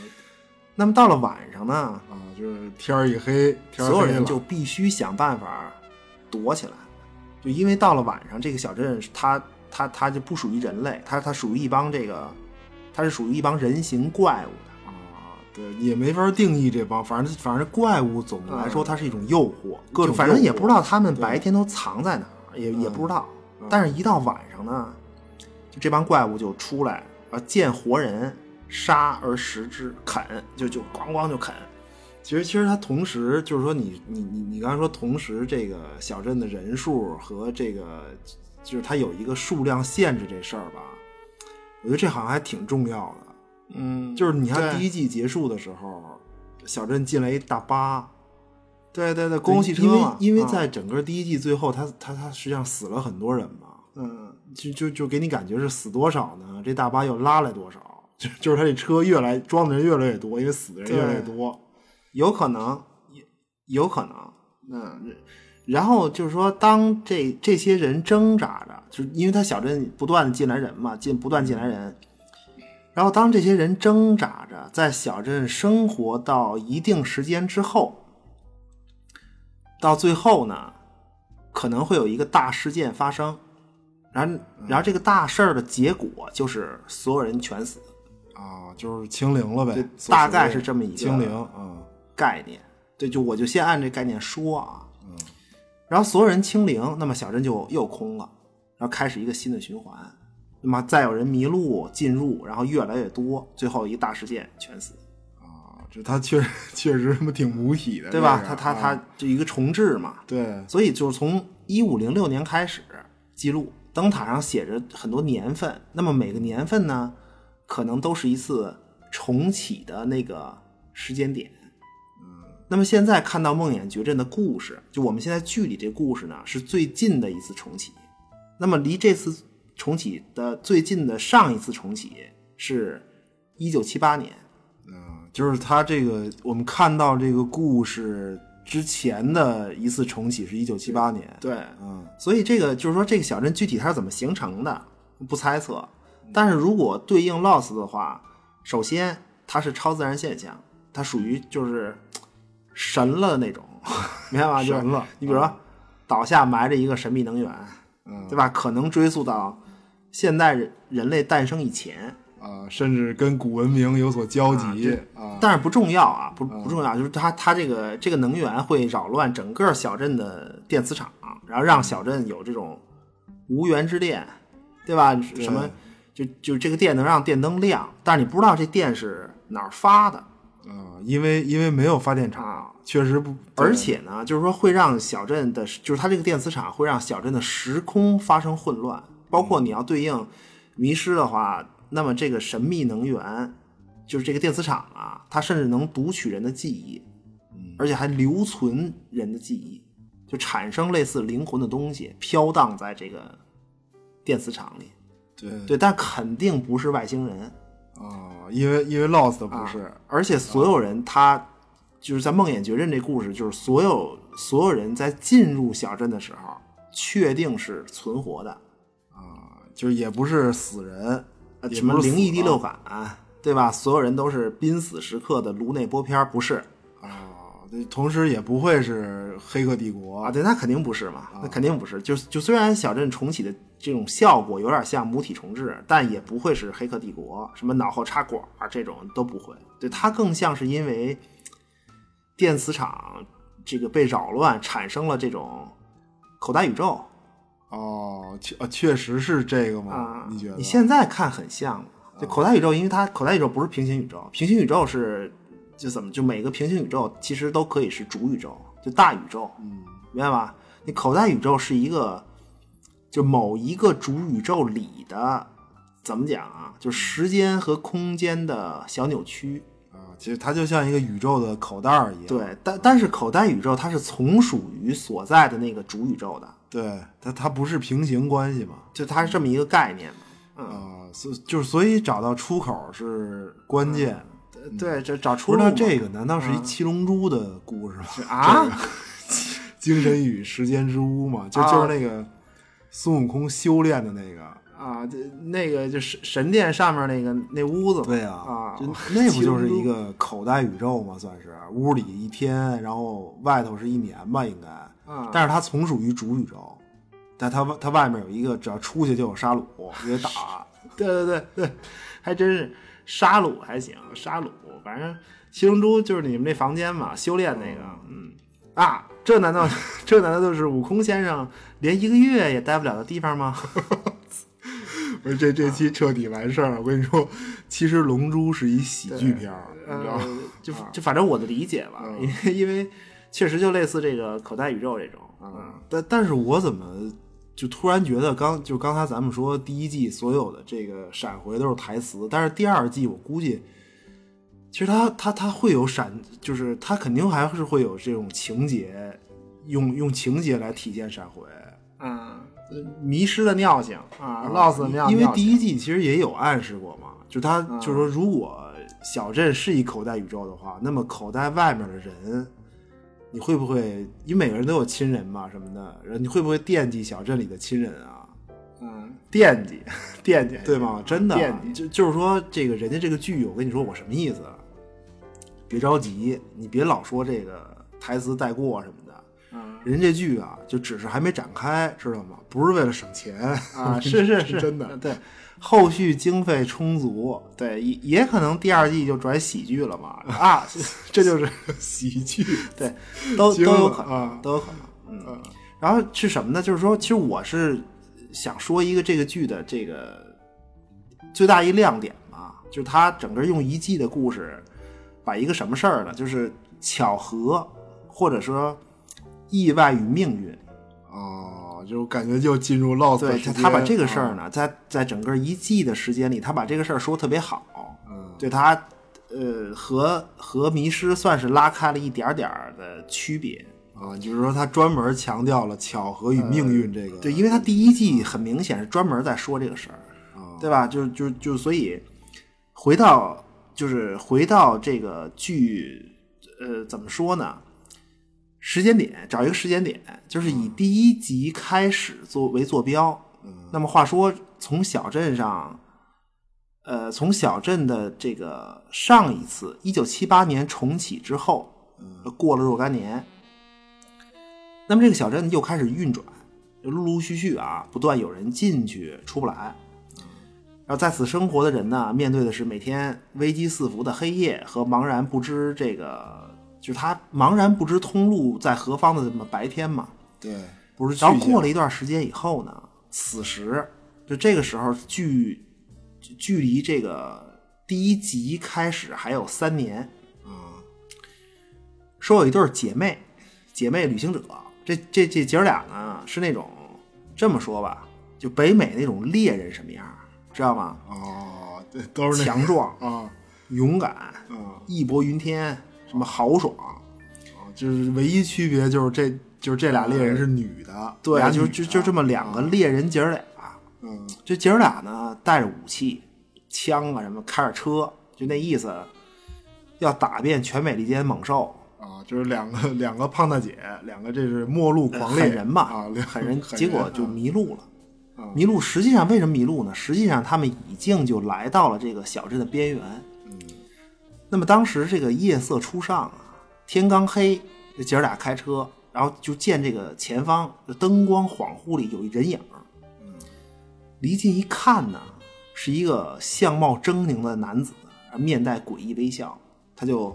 那么到了晚上呢，啊，就是天儿一黑，天儿所有黑人了就必须想办法躲起来，就因为到了晚上，这个小镇它它它就不属于人类，它它属于一帮这个，它是属于一帮人形怪物的。啊，对，也没法定义这帮，反正反正怪物总的来说嗯它是一种诱惑，各就种反正诱惑也不知道他们白天都藏在哪儿，也也嗯不知道嗯。但是，一到晚上呢，就这帮怪物就出来，啊，见活人杀而食之，啃，就就咣咣就啃。其实，其实它同时就是说你，你你你刚才说，同时这个小镇的人数和这个就是它有一个数量限制这事儿吧，我觉得这好像还挺重要的。嗯就是你看对第一季结束的时候，小镇进来一大巴，对对对，公共汽车因为嘛因为啊在整个第一季最后，他他他实际上死了很多人嘛，嗯就就就给你感觉是死多少呢？这大巴又拉来多少？就就是他这车越来装的人越来越多，因为死的人越来越对多。有可能，有有可能。嗯，然后就是说，当这这些人挣扎着，就是因为他小镇不断的进来人嘛，进不断进来人。然后当这些人挣扎着在小镇生活到一定时间之后，到最后呢，可能会有一个大事件发生，然后然后这个大事儿的结果就是所有人全死。啊，就是清零了呗，对所大概所谓是这么一个清零啊，概念。对，就我就先按这概念说啊，嗯，然后所有人清零，那么小镇就又空了，然后开始一个新的循环，那么再有人迷路进入，然后越来越多，最后一个大事件全死，啊这他确实确实他妈挺母体的，对吧？这他个他啊他就一个重置嘛，对所以就是从一五零六年开始记录，灯塔上写着很多年份，那么每个年份呢，可能都是一次重启的那个时间点。嗯那么现在看到梦魇绝症的故事，就我们现在剧里这故事呢，是最近的一次重启。那么离这次重启的最近的上一次重启是一九七八年，嗯啊，就是他这个我们看到这个故事之前的一次重启是一九七八年，对，嗯，所以这个就是说，这个小镇具体它是怎么形成的，不猜测。嗯但是如果对应 Lost 的话，首先它是超自然现象，它属于就是嘖神了那种， 明白吗？就是神了嗯你比如说，岛下埋着一个神秘能源，对吧？可能追溯到现代人人类诞生以前，啊，甚至跟古文明有所交集啊，但是不重要啊，不不重要，就是它它这个这个能源会扰乱整个小镇的电磁场，然后让小镇有这种无源之电，对吧？什么就就这个电能让电灯亮，但是你不知道这电是哪儿发的啊，因为因为没有发电厂，啊。确实不，而且呢，就是说会让小镇的，就是它这个电磁场会让小镇的时空发生混乱，包括你要对应迷失的话，那么这个神秘能源，就是这个电磁场啊，它甚至能读取人的记忆，而且还留存人的记忆，就产生类似灵魂的东西飘荡在这个电磁场里。对对对，但肯定不是外星人，啊，因为因为 Lost 不是，而且所有人他就是在《梦魇绝阵》这故事，就是所有所有人在进入小镇的时候，确定是存活的，就是也不是死人，呃，也什么不是死灵异第六了感，对吧？所有人都是濒死时刻的颅内玻片儿，不是啊，对同时也不会是《黑客帝国啊？》对，那肯定不是嘛，那肯定不是。就就虽然小镇重启的这种效果有点像母体重置，但也不会是《黑客帝国》什么脑后插管儿这种都不会。对，它更像是因为电磁场这个被扰乱，产生了这种口袋宇宙哦，确啊确实是这个啊吗？。你觉得？啊你现在看很像，就口袋宇宙，因为它口袋宇宙不是平行宇宙，平行宇宙是就怎么就每个平行宇宙其实都可以是主宇宙，就大宇宙，嗯，明白吧？你口袋宇宙是一个就某一个主宇宙里的。怎么讲啊？就时间和空间的小扭曲，啊，其实它就像一个宇宙的口袋儿一样，对，但但是口袋宇宙它是从属于所在的那个主宇宙的，对，它它不是平行关系嘛，就它是这么一个概念嘛。嗯啊，所就是所以找到出口是关键。对，这找嗯嗯出不是，路那嘛嗯这个难道是一七龙珠的故事吗？啊这个 精神与时间之屋嘛，就啊就是那个孙悟空修炼的那个。啊，这那个就是神殿上面那个那屋子嘛，对啊啊，就那不就是一个口袋宇宙吗？算是屋里一天，然后外头是一年吧，应该。啊但是它从属于主宇宙，但它外它外面有一个，只要出去就有沙鲁，就得打。对对对对，还真是沙鲁还行，沙鲁，反正七龙珠就是你们那房间嘛，修炼那个，哦嗯啊，这难道这难道就是悟空先生连一个月也待不了的地 方吗？不是这这期彻底完事儿了。我跟你说，其实《龙珠》是一喜剧片儿，你知道啊嗯呃吗？，就就反正我的理解吧，因为因为确实就类似这个口袋宇宙这种，嗯但但是我怎么就突然觉得刚就刚才咱们说第一季所有的这个闪回都是台词，但是第二季我估计，其实它它它会有闪，就是它肯定还是会有这种情节，用用情节来体现闪回。啊，迷失的尿性啊，lost 的尿，哦因为尿性第一季其实也有暗示过嘛，就他嗯就是说，如果小镇是一口袋宇宙的话，那么口袋外面的人，你会不会？因为每个人都有亲人嘛什么的，然后你会不会惦记小镇里的亲人啊？嗯，惦记，惦记，对吗？真的嗯啊惦记，就就是说，这个人家这个剧，我跟你说，我什么意思？啊别着急，你别老说这个台词带过什么的。嗯人家这剧啊，就只是还没展开，知道吗？不是为了省钱， 啊，是是是，真的对后续经费充足，对，也也可能第二季就转喜剧 了嘛，啊，这就是喜剧 对，都都惊了有可能啊，都有可能，嗯，然后是什么呢？就是说，其实我是想说一个这个剧的这个最大一亮点嘛，就是它整个用一季的故事，把一个什么事儿呢？就是巧合，或者说意外与命运，哦，就感觉就进入 lost 对，的他时间他把这个事儿啊呢，在在整个一季的时间里，他把这个事儿说得特别好，嗯对他，呃，和和迷失算是拉开了一点儿点儿的区别。啊，就是说他专门强调了巧合与命运这个，呃嗯对，因为他第一季很明显是专门在说这个事儿，啊对吧？就就就所以回到就是回到这个剧，呃，怎么说呢？时间点，找一个时间点，就是以第一集开始作为坐标。那么话说，从小镇上，呃，从小镇的这个上一次一九七八年重启之后，过了若干年，那么这个小镇又开始运转，就陆陆续续啊，不断有人进去出不来。然后在此生活的人呢，面对的是每天危机四伏的黑夜和茫然不知这个，就是他茫然不知通路在何方的这么白天嘛。对，不是去然后向过了一段时间以后呢，此时就这个时候距距离这个第一集开始还有三年。嗯啊，说有一对儿姐妹，姐妹旅行者，这这这姐儿俩呢是那种这么说吧，就北美那种猎人什么样儿，知道吗？哦，对，都是那强壮、啊勇敢、啊啊义薄云天，什么豪爽，，就是唯一区别就是这就是这俩猎人是女的，对俩，就女就的就这么两个猎人姐儿俩，嗯这姐儿俩呢带着武器，枪啊什么，开着车，就那意思，要打遍全美利坚猛兽，啊，就是两个 两个胖大姐，两个这是末路狂猎狠人嘛，啊，两狠人，狠结果就啊迷路了。啊迷路实际上为什么迷路呢？实际上他们已经就来到了这个小镇的边缘。嗯那么当时这个夜色初上啊，天刚黑，这姐儿俩开车，然后就见这个前方的灯光恍惚里有一人影儿，嗯离近一看呢，是一个相貌狰狞的男子，面带诡异微笑，他就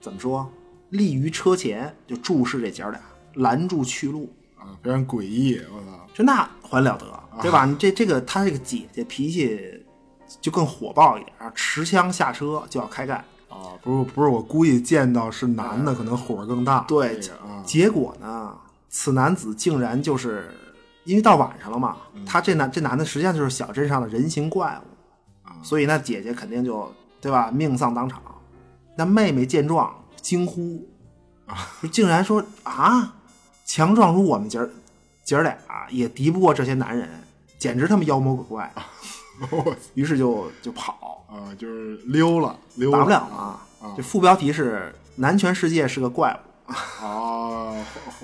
怎么说，立于车前，就注视这姐儿俩，拦住去路。啊，非常诡异，我操，这那还了得，对吧？你这这个她这个姐姐脾气就更火爆一点啊，持枪下车就要开干。啊，不是不是，我估计见到是男的，可能火更大，嗯对这个啊，结果呢，此男子竟然就是因为到晚上了嘛，嗯他这男这男的实际上就是小镇上的人形怪物，啊所以那姐姐肯定就对吧，命丧当场。那妹妹见状惊呼，就竟然说啊，强壮如我们姐儿姐儿俩也敌不过这些男人，简直他妈妖魔鬼怪。 于是就就跑，啊，就是啊溜了溜打不了嘛。这副标题是“男权世界是个怪物”。啊，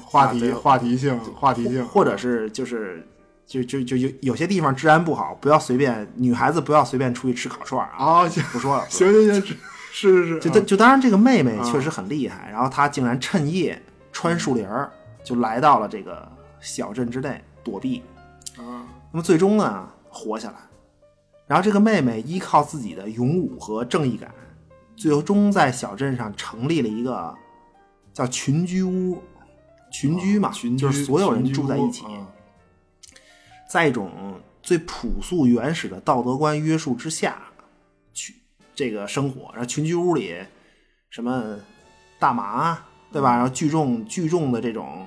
话啊题对话题性话题性，或者是就是就就就有有些地方治安不好，不要随便女孩子不要随便出去吃烤串儿啊，啊，行不说了。不说行了行行，是嗯是是，就啊当就当然这个妹妹确实很厉害，然后她竟然趁夜穿树林儿就来到了这个小镇之内躲避，啊那么最终呢活下来。然后这个妹妹依靠自己的勇武和正义感，最终在小镇上成立了一个叫群居屋，群居嘛，啊群就是居所有人群居住在一屋起。啊在一种最朴素原始的道德观约束之下去这个生活，然后群居屋里什么大麻对嗯吧？然后聚众聚众的这种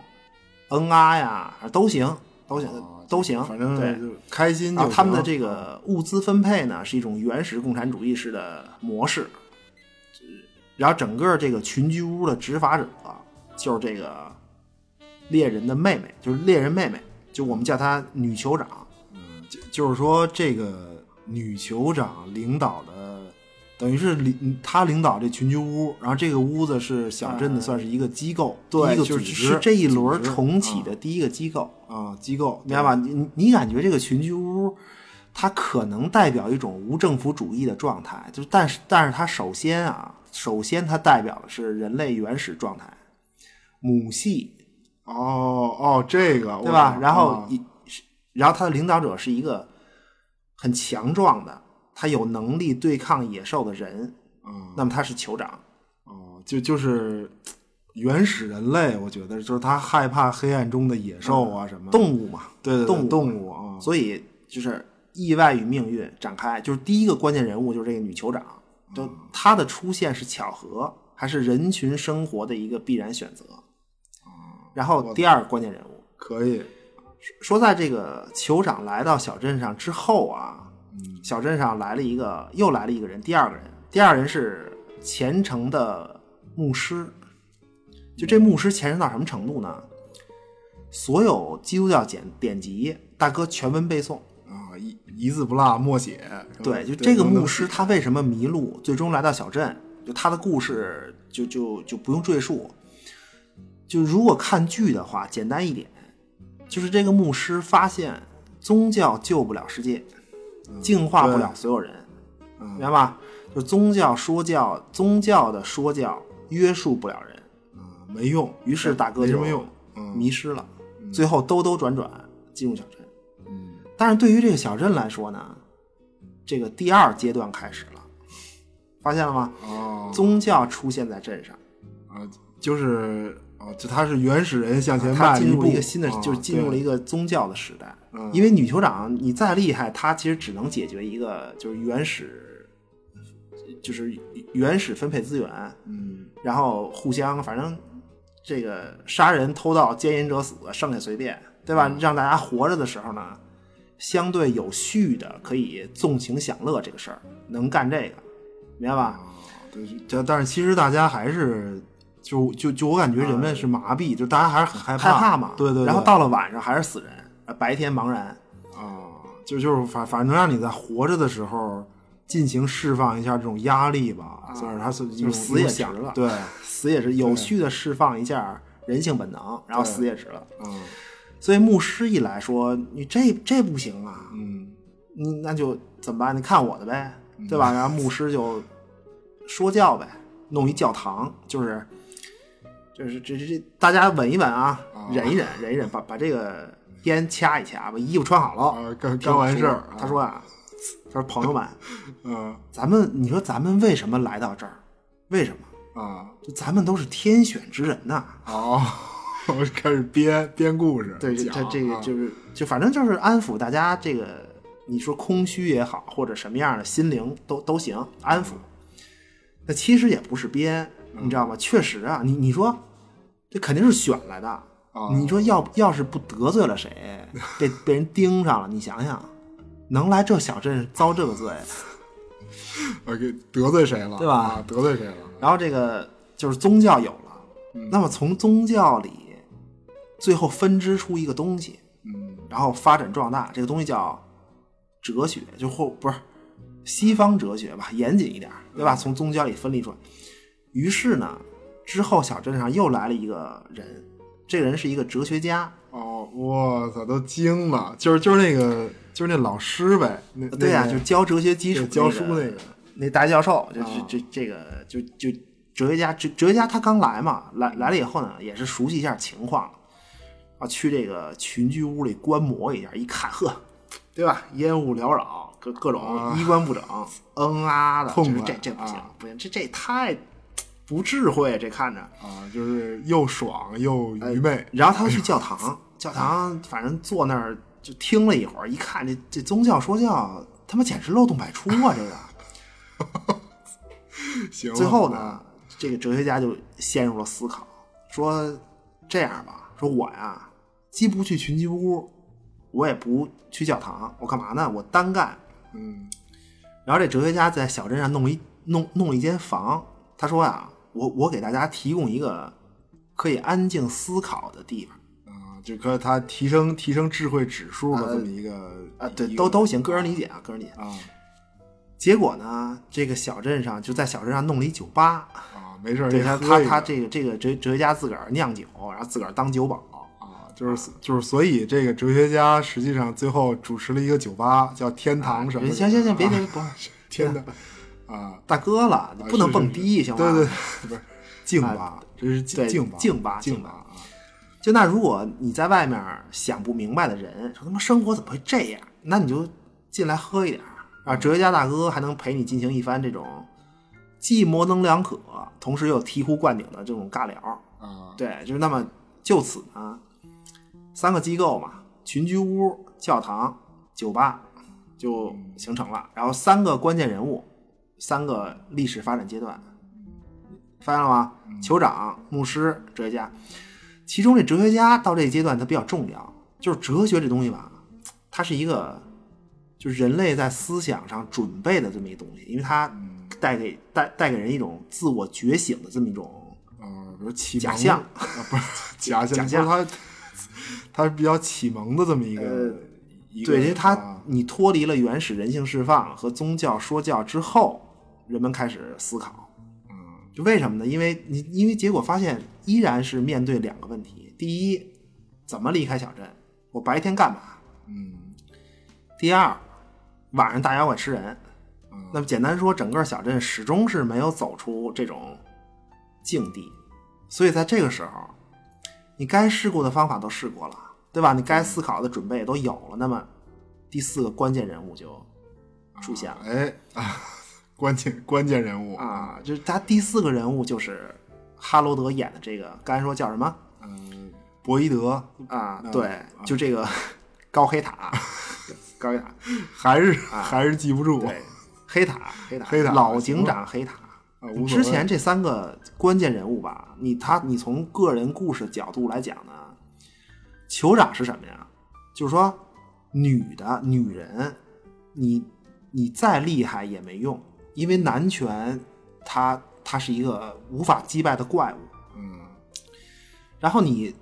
嗯啊呀都行，都行、啊都行，反对正。就开心就然后行。他们的这个物资分配呢，是一种原始共产主义式的模式。然后整个这个群居屋的执法者就是这个猎人的妹妹，就是猎人妹妹，就我们叫她女酋长。嗯就就是说，这个女酋长领导的，等于是领她领导这群居屋，然后这个屋子是小镇的，算是一个机构，第嗯对，一个就组是织是这一轮组织重启的第一个机构，啊嗯机构，明白吧？你你你感觉这个群居屋，它可能代表一种无政府主义的状态，就是但是但是它首先啊，首先它代表的是人类原始状态，母系哦哦，这个对吧？然后啊一、然后它的领导者是一个很强壮的，他有能力对抗野兽的人，嗯那么他是酋长。哦，就就是原始人类，我觉得就是他害怕黑暗中的野兽啊什么的嗯动物嘛，对对对动物动物啊，所以就是意外与命运展开，就是第一个关键人物就是这个女酋长，嗯就她的出现是巧合，还是人群生活的一个必然选择？嗯然后第二个关键人物可以说，在这个酋长来到小镇上之后啊，小镇上来了一个，又来了一个人，第二个人，第二人是虔诚的牧师，就这牧师虔诚到什么程度呢？所有基督教典典籍，大哥全文背诵。啊，一一字不落默写，是吧对，就这个能牧能师他为什么迷路，最终来到小镇，就他的故事就就就不用赘述。就如果看剧的话，简单一点，就是这个牧师发现宗教救不了世界，嗯净化不了所有人，明白吧？就宗教说教，宗教的说教约束不了人，嗯，没用。于是大哥没什就么用，嗯，迷失了，最后兜兜转转进入小镇。嗯但是对于这个小镇来说呢，这个第二阶段开始了，发现了吗？哦，宗教出现在镇上，啊，就是啊，就他是原始人向前啊他迈进入了步一个新的，啊就是进入了对一个宗教的时代。嗯因为女酋长你再厉害，她其实只能解决一个就是原始，就是原始分配资源，嗯然后互相反正这个杀人偷盗奸淫者死，剩下随便，对吧？嗯让大家活着的时候呢，相对有序的可以纵情享乐这个事儿，能干这个，明白吧？对，但但是其实大家还是就就就我感觉人们是麻痹，就大家还是害啊害怕怕嘛，对对对，然后到了晚上还是死人，呃白天茫然，啊，就就是反反正让你在活着的时候尽情释放一下这种压力吧，算是他是一啊就种是死也值想了，对，死也是有序的释放一下人性本能，然后死也值了。嗯所以牧师一来说，你这这不行啊，嗯你那就怎么办？你看我的呗，对吧？然后牧师就说教呗，弄一教堂，就是就是这这这，大家稳一稳啊，忍一忍，忍一忍，把把这个烟掐一掐，把衣服穿好了。啊，刚刚完事儿，他说啊，他说朋友们， 嗯咱们你说咱们为什么来到这儿？为什么？啊就咱们都是天选之人呐、哦，我开始编编故事，对，讲他这个啊就是就反正就是安抚大家这个，你说空虚也好，或者什么样的心灵都都行，安抚。嗯那其实也不是编，你知道吗？确实啊，你你说这肯定是选来啊的。你说要要是不得罪 了谁，被被人盯上了，你想想，能来这小镇遭这个 罪，我给得罪谁了，对吧啊得罪谁了？然后这个就是宗教有了，那么从宗教里最后分支出一个东西，嗯然后发展壮大，这个东西叫哲学，就或不是西方哲学吧，严谨一点，对吧？从宗教里分离出来。于是呢，之后小镇上又来了一个人，这个人是一个哲学家，哦，我操，都惊了！就是就是那个就是那老师呗，那对呀、那就个教哲学基础、对教书那那个个那大教授，就啊这这这个就就哲学家，哲哲学家他刚来嘛，来来了以后呢，也是熟悉一下情况啊，去这个群居屋里观摩一下，一看呵，对吧？烟雾缭绕，各各种啊衣冠不整，嗯啊的，痛就是快这这不行啊不行，这这太不智慧，这看着。啊，就是又爽又愚昧，然后他去教哎堂，教堂反正坐那儿就听了一会儿，一看这这宗教说教，他妈简直漏洞百出啊！这个行了。啊最后呢，这个哲学家就陷入了思考，说这样吧，说我呀，既不去群居屋，我也不去教堂，我干嘛呢？我单干。嗯，然后这哲学家在小镇上弄一弄弄了一间房，他说啊，我我给大家提供一个可以安静思考的地方。啊，就可他提升提升智慧指数的呃这么一个啊，对，一个都都行，个人理解啊，个人理解。啊结果呢，这个小镇上就在小镇上弄了一酒吧，啊，没事儿，对你他喝他一个他这个这个哲哲学家自个儿酿酒，然后自个儿当酒保，啊，就是就是，所以这个哲学家实际上最后主持了一个酒吧，叫天堂什么的？哎啊行行行，别啊别不是 天堂啊，大哥了，你不能是蹦是迪行吗？对对， 对不是静吧啊，这是对静吧，静吧静静吧啊。就那如果你在外面想不明白的人，说他妈生活怎么会这样，那你就进来喝一点儿啊，哲学家大哥还能陪你进行一番这种既模棱两可，同时又醍醐灌顶的这种尬聊。啊，对，就是那么就此呢，三个机构嘛，群居屋、教堂、酒吧就形成了。然后三个关键人物，三个历史发展阶段，发现了吗？酋长、牧师、哲学家，其中这哲学家到这一阶段他比较重要，就是哲学这东西吧，它是一个。就是人类在思想上准备的这么一东西，因为它带给带带给人一种自我觉醒的这么一种啊，比如启蒙假象啊，不是假 假象，象不是他，他是比较启蒙的这么一个，一个呃对，因为它啊你脱离了原始人性释放和宗教说教之后，人们开始思考，嗯，就为什么呢？因为你因为结果发现依然是面对两个问题：第一，怎么离开小镇？我白天干嘛？嗯第二，晚上大妖怪吃人。那么简单说，整个小镇始终是没有走出这种境地，所以在这个时候，你该试过的方法都试过了，对吧？你该思考的准备也都有了，那么第四个关键人物就出现了哎啊，关键关键人物，啊，就是他第四个人物就是哈罗德演的这个，刚才说叫什么嗯，博伊德啊那？对，就这个高黑塔，高黑塔，还是啊还是记不住，对，黑塔，黑塔，黑塔老警长黑塔。啊无所之谓前这三个关键人物吧，你他你从个人故事角度来讲呢，酋长是什么呀？就是说，女的女人，你你再厉害也没用，因为男权它它是一个无法击败的怪物。嗯然后你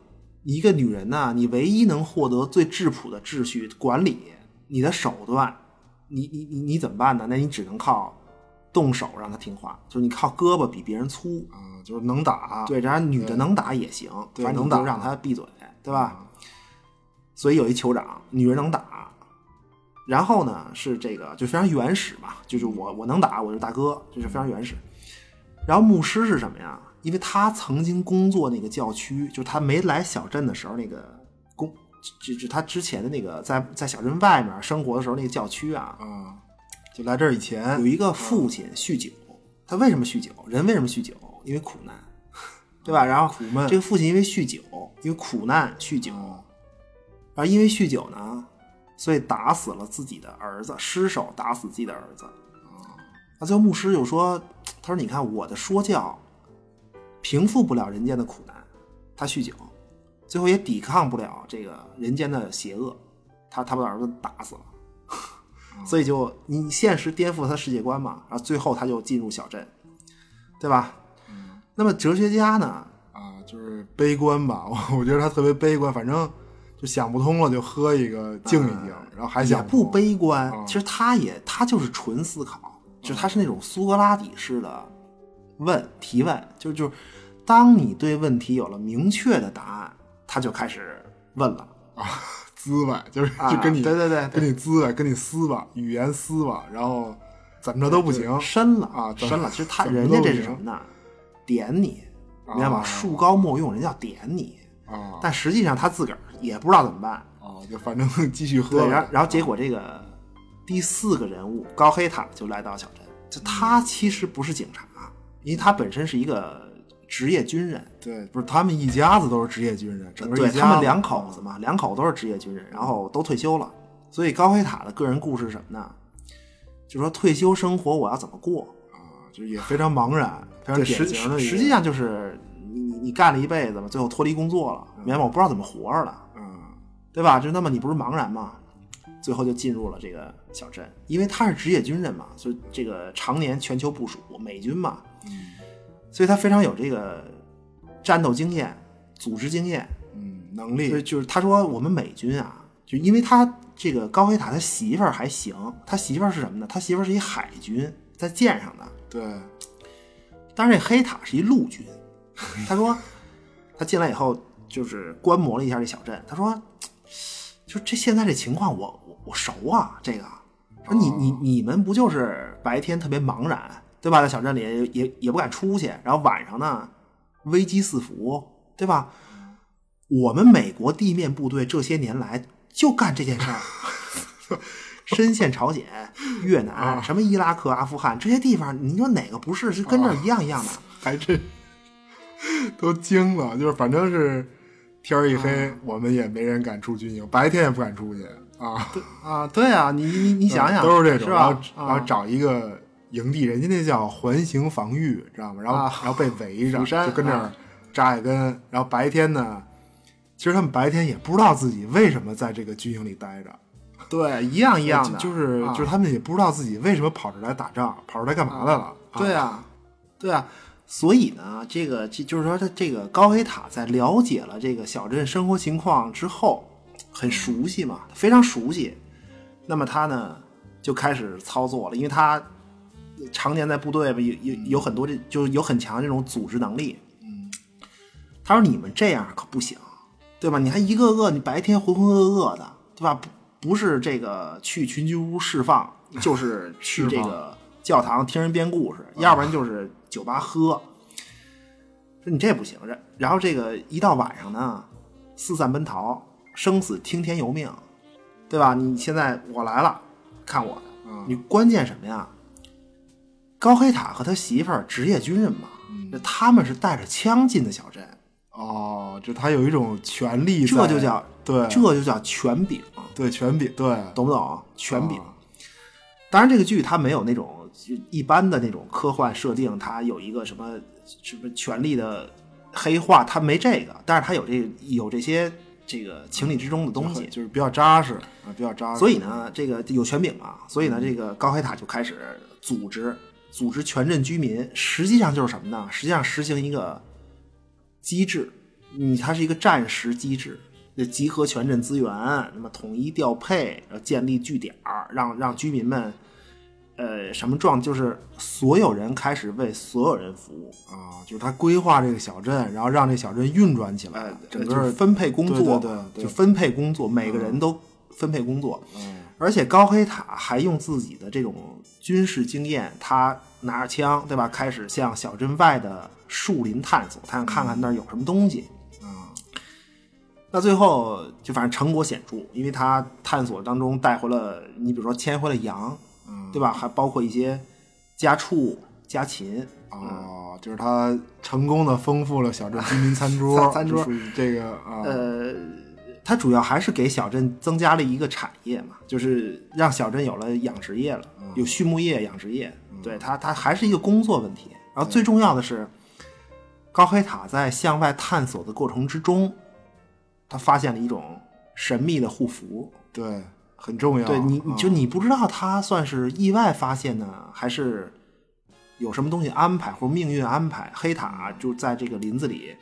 一个女人呐，你唯一能获得最质朴的秩序管理，你的手段，你你你你怎么办呢？那你只能靠动手让她听话，就是你靠胳膊比别人粗，啊，就是能打，对，然后女的能打也行，对反正你能就打嗯让她闭嘴，对吧？所以有一酋长，女人能打。然后呢，是这个就非常原始嘛，就是嗯我我能打，我就是大哥，就是非常原始。然后牧师是什么呀？因为他曾经工作那个教区，就是他没来小镇的时候，那个工就就他之前的那个在在小镇外面生活的时候那个教区啊，啊，就来这儿以前有一个父亲酗酒，他为什么酗酒？人为什么酗酒？因为苦难，对吧？然后苦闷哦这个父亲因为酗酒，因为苦难酗酒，而因为酗酒呢，所以打死了自己的儿子，失手打死自己的儿子。哦那最后牧师就说：“他说你看我的说教平复不了人间的苦难，他酗酒，最后也抵抗不了这个人间的邪恶，他他把儿子打死了。”哦所以就你现实颠覆他世界观嘛，然后最后他就进入小镇，对吧？那么哲学家呢？啊，就是悲观吧， 我我觉得他特别悲观，反正就想不通了，就喝一个静一静，然后还嗯也想不通悲观，嗯其实他也他就是纯思考，就是他是那种苏格拉底式的问提问，就就是当你对问题有了明确的答案，他就开始问了，滋味，就是啊就跟你对对对对跟你滋味，跟你撕吧，语言撕吧，然后怎么着都不行深了啊深了。其实他怎么人家都不这是行什么呢？点你，明白吗？啊树高莫用，人家要点你，啊但实际上他自个儿也不知道怎么办。啊，就反正继续喝对，呗，然后然后结果这个第四个人物高黑塔就来到小镇，就他其实不是警察，因为他本身是一个职业军人，对，不是他们一家子都是职业军人，整个对一家他们子啊两口子嘛，两口子都是职业军人，然后都退休了，所以高黑塔的个人故事是什么呢？就说退休生活我要怎么过？啊，就也非常茫然，非常对，典实型的一个，实际上就是你你你干了一辈子嘛，最后脱离工作了，明白吗？我不知道怎么活着了。嗯对吧？就那么你不是茫然吗？最后就进入了这个小镇，因为他是职业军人嘛，所以这个常年全球部署美军嘛，所以他非常有这个战斗经验、组织经验。嗯，能所以力就是他说我们美军啊，就因为他这个高黑塔他媳妇儿还行，他媳妇儿是什么呢？他媳妇儿是一海军，在舰上的，对但是这黑塔是一陆军，他说他进来以后就是观摩了一下这小镇，他说就这现在这情况我我我熟啊，这个说你你你们不就是白天特别茫然对吧，在小镇里也也也不敢出去，然后晚上呢危机四伏对吧？我们美国地面部队这些年来就干这件事儿。深陷朝鲜、越南、什么伊拉克、阿富汗这些地方，你说哪个不是是跟这儿一样一样的？还真 都惊了，就是反正是天儿一黑，啊我们也没人敢出军营，白天也不敢出去啊。啊，对啊，你你你想想，嗯都是这种，然后吧？然后啊，找一个营地，人家那叫环形防御，知道吗？然后啊然后被 围着，釜山就跟这儿啊扎一根。然后白天呢，其实他们白天也不知道自己为什么在这个军营里待着，对，一样一样的，就就是啊就是他们也不知道自己为什么跑这儿来打仗，跑这儿来干嘛来了。对啊，对啊。所以呢，这个这就是说，他这个高黑塔在了解了这个小镇生活情况之后，很熟悉嘛，非常熟悉。那么他呢，就开始操作了，因为他常年在部队吧，有有有很多这就是有很强这种组织能力。嗯，他说你们这样可不行，对吧？你还一个个你白天浑浑噩噩的，对吧？不不是这个去群居屋释放，就是去这释个教堂听人编故事，要不然就是酒吧喝。说你这不行，然然后这个一到晚上呢，四散奔逃，生死听天由命，对吧？你现在我来了，看我的。你关键什么呀？高黑塔和他媳妇儿职业军人嘛，嗯那他们是带着枪进的小镇，哦，就他有一种权力在，这就叫对，这就叫权柄，对权柄，对懂不懂？权柄。啊当然，这个剧它没有那种一般的那种科幻设定，它有一个什么什么权力的黑化，它没这个，但是它有这有这些这个情理之中的东西。就是比较扎实啊，比较扎实。所以呢，这个有权柄嘛，所以嗯呢，这个高海塔就开始组织组织全镇居民，实际上就是什么呢？实际上实行一个机制，嗯，它是一个战时机制，就集合全镇资源，那么统一调配，然后建立据点儿，让让居民们。呃，什么状就是所有人开始为所有人服务，啊，就是他规划这个小镇，然后让这小镇运转起来呃，，啊整就是个分配工对作对嘛，对对就分配工作，每个人都分配工作。嗯而且高黑塔还用自己的这种军事经验，他拿着枪，对吧？开始向小镇外的树林探索，他想看看那儿有什么东西。啊那最后就反正成果显著，因为他探索当中带回了，你比如说牵回了羊，嗯对吧？还包括一些家畜、家禽。哦，就是他成功的丰富了小 镇居民餐桌，餐餐就桌属于这个啊，呃，它主要还是给小镇增加了一个产业嘛，就是让小镇有了养殖业了，有畜牧业、养殖业。对它，它还是一个工作问题。然后最重要的是，高黑塔在向外探索的过程之中，他发现了一种神秘的护符。对，很重要。对你，你啊就你不知道他算是意外发现呢，还是有什么东西安排或者命运安排？黑塔就在这个林子里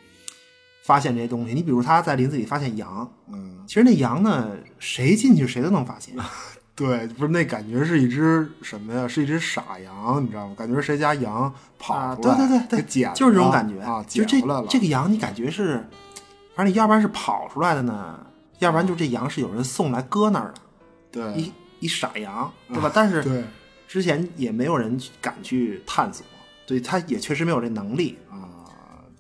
发现这些东西。你比如他在林子里发现羊，嗯，其实那羊呢，谁进去谁都能 发现。对，不是那感觉是一只什么呀？是一只傻羊，你知道吗？感觉谁家羊跑啊，出对来，对对给对，捡就是这种了感觉啊，就捡这回来了。这个羊，你感觉是，反正你要不然是跑出来的呢，要不然就这羊是有人送来搁那儿的，对一一傻羊，嗯对吧？但是对之前也没有人去敢去探索，对，他也确实没有这能力。啊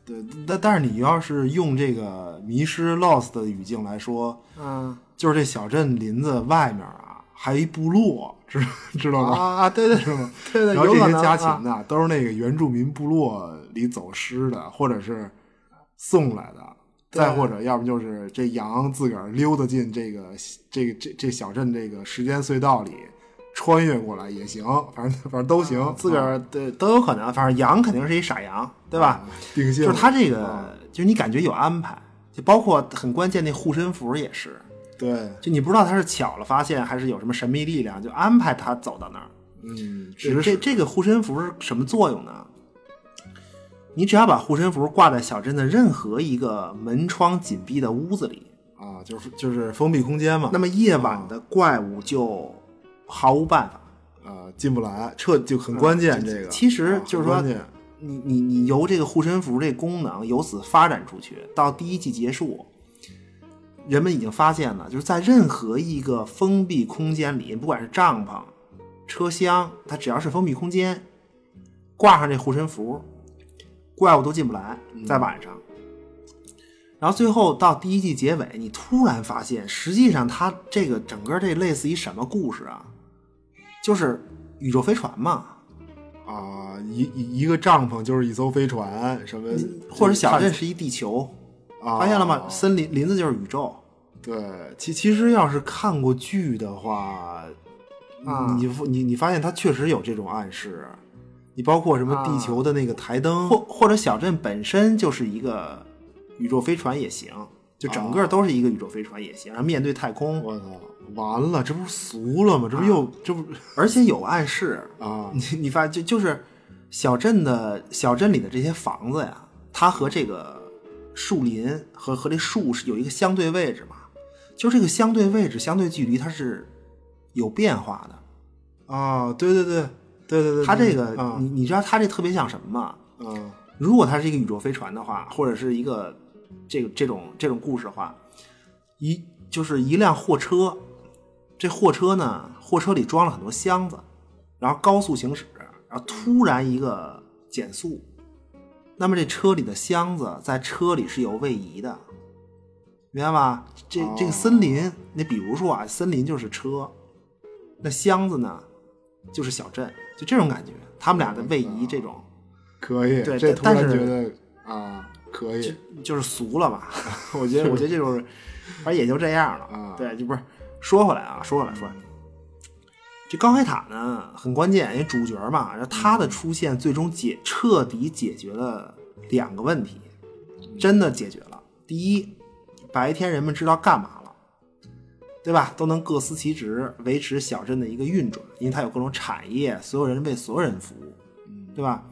对，但但是你要是用这个迷失 lost 的语境来说，嗯就是这小镇林子外面啊，还有一部落，知知道吗？啊，对对知道吗？对对，然后有这可些能家啊禽呢，都是那个原住民部落里走失的，或者是送来的，对再或者要么就是这羊自个儿溜达进这个这个这这小镇这个时间隧道里，穿越过来也行，反正反正都行，自个儿对都有可能，啊反正羊肯定是一傻羊，对吧？啊定性就是他这啊个，就是你感觉有安排，就包括很关键那护身符也是，对，就你不知道他是巧了发现，还是有什么神秘力量，就安排他走到那儿。嗯，这指这使这个护身符是什么作用呢？你只要把护身符挂在小镇的任何一个门窗紧闭的屋子里，啊，就是就是封闭空间嘛，那么夜晚的怪物就毫无办法。啊进不来，这就很关键，这个嗯其实啊就很是说关键你你你由这个护身符这功能由此发展出去，到第一季结束，人们已经发现了，就是在任何一个封闭空间里，不管是帐篷、车厢，它只要是封闭空间，挂上这护身符，怪物都进不来，嗯在晚上。然后最后到第一季结尾，你突然发现，实际上它这个整个这类似于什么故事啊？就是宇宙飞船嘛，啊，一一一个帐篷就是一艘飞船，什么或者小镇是一地球，啊，发现了吗？森林林子就是宇宙，对，其其实要是看过剧的话，啊你你你发现它确实有这种暗示，你包括什么啊地球的那个台灯，嗯或或者小镇本身就是一个宇宙飞船也行，就整个都是一个宇宙飞船也行。然后面对太空，哦我操，完了，这不是俗了吗？这不又、这 不而且有暗示，啊你你发现就就是小镇的小镇里的这些房子呀，它和这个树林和和这树是有一个相对位置嘛，就这个相对位置、相对距离它是有变化的。啊，对对对，对对对，它对这个，啊你你知道它这特别像什么吗？啊如果它是一个宇宙飞船的话，或者是一个这个这种这种故事的话，一就是一辆货车，这货车呢，货车里装了很多箱子，然后高速行驶，然后突然一个减速，那么这车里的箱子在车里是有位移的，明白吧？这哦这个森林，你比如说啊，森林就是车，那箱子呢就是小镇，就这种感觉，他们俩的位移这种。可以，对这突但然是觉得啊，可以，就是俗了吧？ 我觉得，我觉得这就是，反正也就这样了。啊对，就不是说回来啊，说回来，说回来，这高海塔呢很关键，因为主角嘛，然后他的出现最终解彻底解决了两个问题，真的解决了。第一，白天人们知道干嘛了，对吧？都能各司其职，维持小镇的一个运转，因为它有各种产业，所有人为所有人服务，对吧？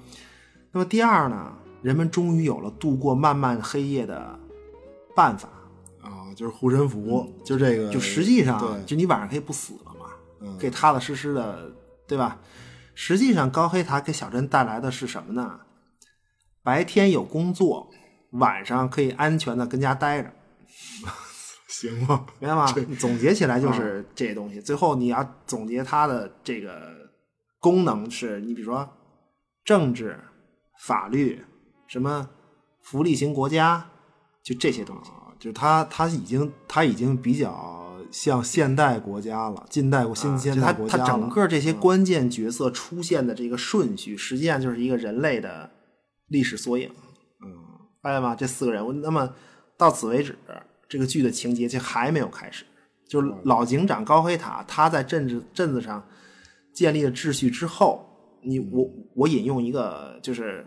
那么第二呢，人们终于有了度过漫漫黑夜的办法，啊，就是护身符，嗯就这个，就实际上啊，呃对，就你晚上可以不死了嘛，嗯可以踏踏实实的，对吧？实际上，高黑塔给小镇带来的是什么呢？白天有工作，晚上可以安全的跟家待着，行吗？明白吗？总结起来嗯就是这些东西。最后你要总结它的这个功能是，你比如说政治、法律、什么福利型国家，就这些东西。啊， 就是他他已经他已经比较像现代国家了，近代国新现代它国家啊它了，嗯整个这些关键角色出现的这个顺序，实际上就是一个人类的历史缩影。嗯，发现吗？这四个人物，那么到此为止，这个剧的情节就还没有开始。就是嗯老警长高黑塔，他在镇子镇子上建立了秩序之后，你嗯我我引用一个，就是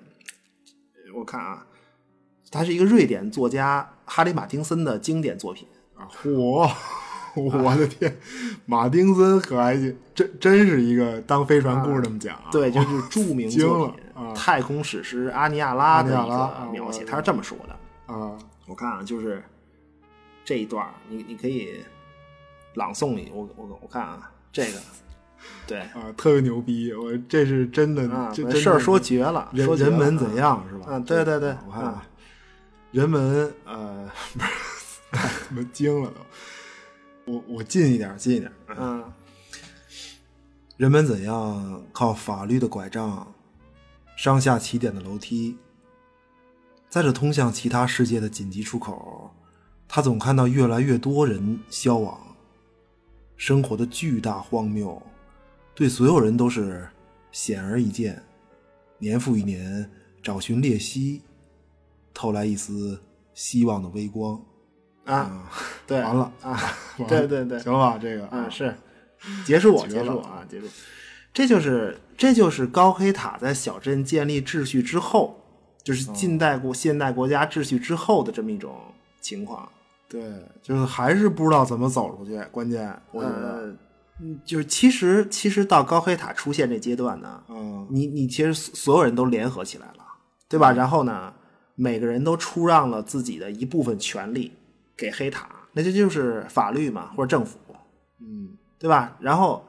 呃我看啊，他是一个瑞典作家哈里马丁森的经典作品。啊，嚯！我的天，马丁森可还行，真真是一个当飞船故事这么讲啊、对，就是著名作品惊了《啊太空史诗阿尼亚拉》的阿一尼亚拉啊个描写，我他是这么说的。啊，我看啊，就是这一段儿，你你可以朗诵一，我我我看啊，这个对啊，特别牛逼！我这是真的，啊，这把真事儿的说绝了，人说绝了人文怎样是吧？嗯，对对对，我看啊啊，人文呃， 不是， 他妈惊了都。我我近一点，近一点。嗯，人们怎样靠法律的拐杖，上下起点的楼梯，在这通向其他世界的紧急出口，他总看到越来越多人消亡。生活的巨大荒谬，对所有人都是显而易见。年复一年，找寻裂隙，透来一丝希望的微光。啊，对，完了啊，完了 对对对，行了吧？ 这个啊，是结束我，绝结了束我啊，结束。这就是这就是高黑塔在小镇建立秩序之后，就是近代国、现代国家秩序之后的这么一种情况。对，就是还是不知道怎么走出去。关键我觉得，呃，嗯就是其实其实到高黑塔出现这阶段呢，嗯你你其实所所有人都联合起来了，对吧？然后呢，每个人都出让了自己的一部分权利给黑塔，那这就是法律嘛，或者政府，嗯对吧？然后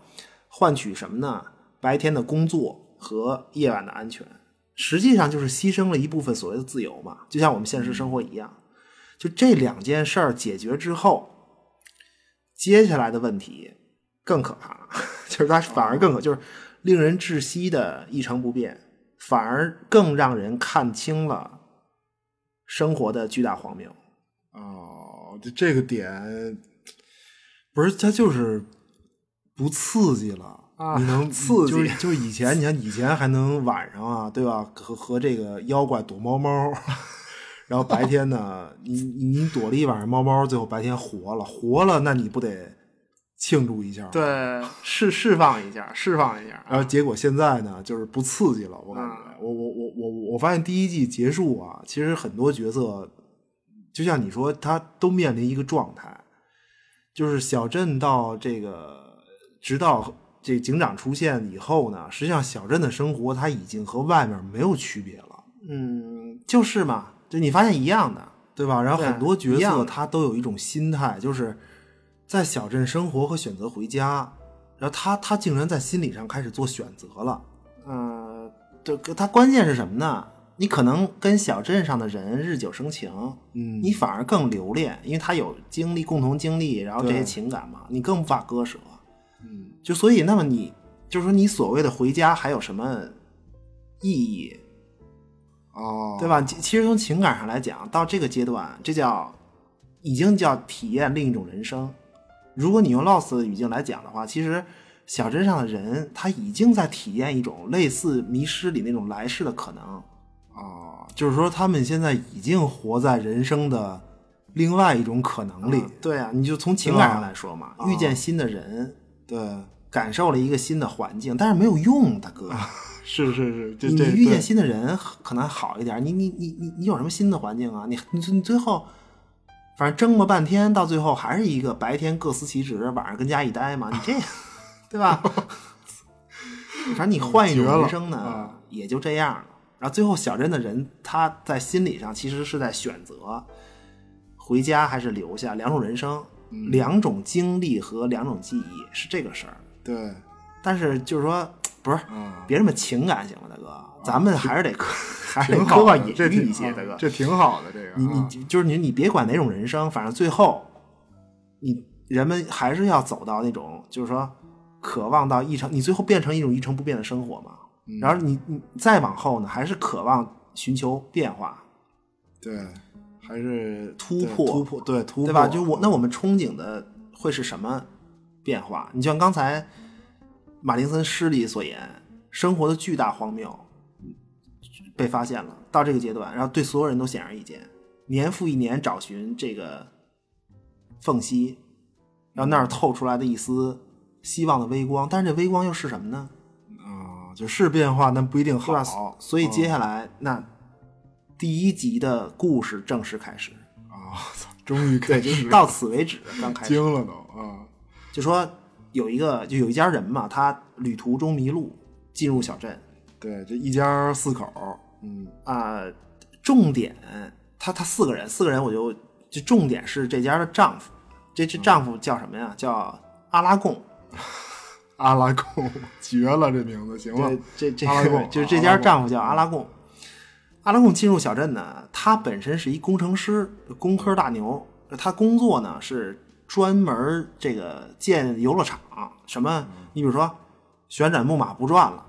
换取什么呢？白天的工作和夜晚的安全，实际上就是牺牲了一部分所谓的自由嘛，就像我们现嗯实生活一样。就这两件事儿解决之后，接下来的问题更可怕，就是它反而更可，就是令人窒息的一成不变，反而更让人看清了生活的巨大荒谬。哦，这这个点不是它就是不刺激了。啊你能 刺激就是就以前，你看以前还能晚上啊，对吧？和和这个妖怪躲猫猫，然后白天呢，你你你躲了一晚上猫猫，最后白天活了，活了，那你不得庆祝一下？。对，释释放一下，释放一下啊然后结果现在呢，就是不刺激了。我感觉，嗯我我我我我发现第一季结束啊，其实很多角色，就像你说，他都面临一个状态，就是小镇到这个，直到这警长出现以后呢，实际上小镇的生活它已经和外面没有区别了，嗯，就是嘛，就你发现一样的，对吧？然后对很多角一样色的他都有一种心态，就是在小镇生活和选择回家，然后他他竟然在心理上开始做选择了。呃嗯，对，它关键是什么呢？你可能跟小镇上的人日久生情，嗯你反而更留恋，因为他有经历共同经历，然后这些对情感嘛，你更无法割舍。嗯就所以，那么你就是说，你所谓的回家还有什么意义，哦，对吧？其其实从情感上来讲，到这个阶段，这叫已经叫体验另一种人生。如果你用 Lost 的语境来讲的话，其实小镇上的人他已经在体验一种类似《迷失》里那种来世的可能。哦，就是说他们现在已经活在人生的另外一种可能里。啊对啊，你就从情感上对吧来说嘛，啊遇见新的人，对，感受了一个新的环境，但是没有用，大哥。是是是，这你你这遇对见新的人可能好一点，你你你你你有什么新的环境啊？你你你最后。反正争了半天，到最后还是一个白天各司其职，晚上跟家一待嘛。你这，对吧？ 反正你换一嗯种绝了人生呢，啊也就这样了。然后最后小镇的人，他在心理上其实是在选择回家还是留下，两种人生，嗯两种经历和两种记忆是这个事儿。对但是就是说，不是啊，别这么情感行吗，大哥？咱们还是得 科，还是得挺科好幻的，隐啊这喻挺一些，啊大哥。这挺好的，这个你啊你就是你，你别管哪种人生，反正最后，你人们还是要走到那种，就是说，渴望到一成，你最后变成一种一成不变的生活嘛。嗯然后你你再往后呢，还是渴望寻求变化，对，还是突对破突破，对突破，对吧？就我那我我们憧憬的会是什么变化？你像刚才马林森诗里所言，生活的巨大荒谬被发现了，到这个阶段，然后对所有人都显而易见，年复一年找寻这个缝隙，然后那儿透出来的一丝希望的微光，但是这微光又是什么呢？啊，就是变化，但不一定对吧？好，嗯所以接下下来、那第一集的故事正式开始，啊，操 终于开对，就是始到此为止，刚开始。惊了都啊，就说有一个就有一家人嘛，他旅途中迷路，进入小镇对，这一家四口，嗯啊、重点他他四个人，四个人我就就重点是这家的丈夫，这这丈夫叫什么呀？叫阿拉贡。阿拉贡 绝了，这名字行吗？这这阿拉贡这 就是啊这阿家拉贡丈夫叫阿拉贡。阿拉贡进入小镇呢，他本身是一工程师，工科大牛。他工作呢是专门这个建游乐场，什么嗯你比如说旋转木马不转了，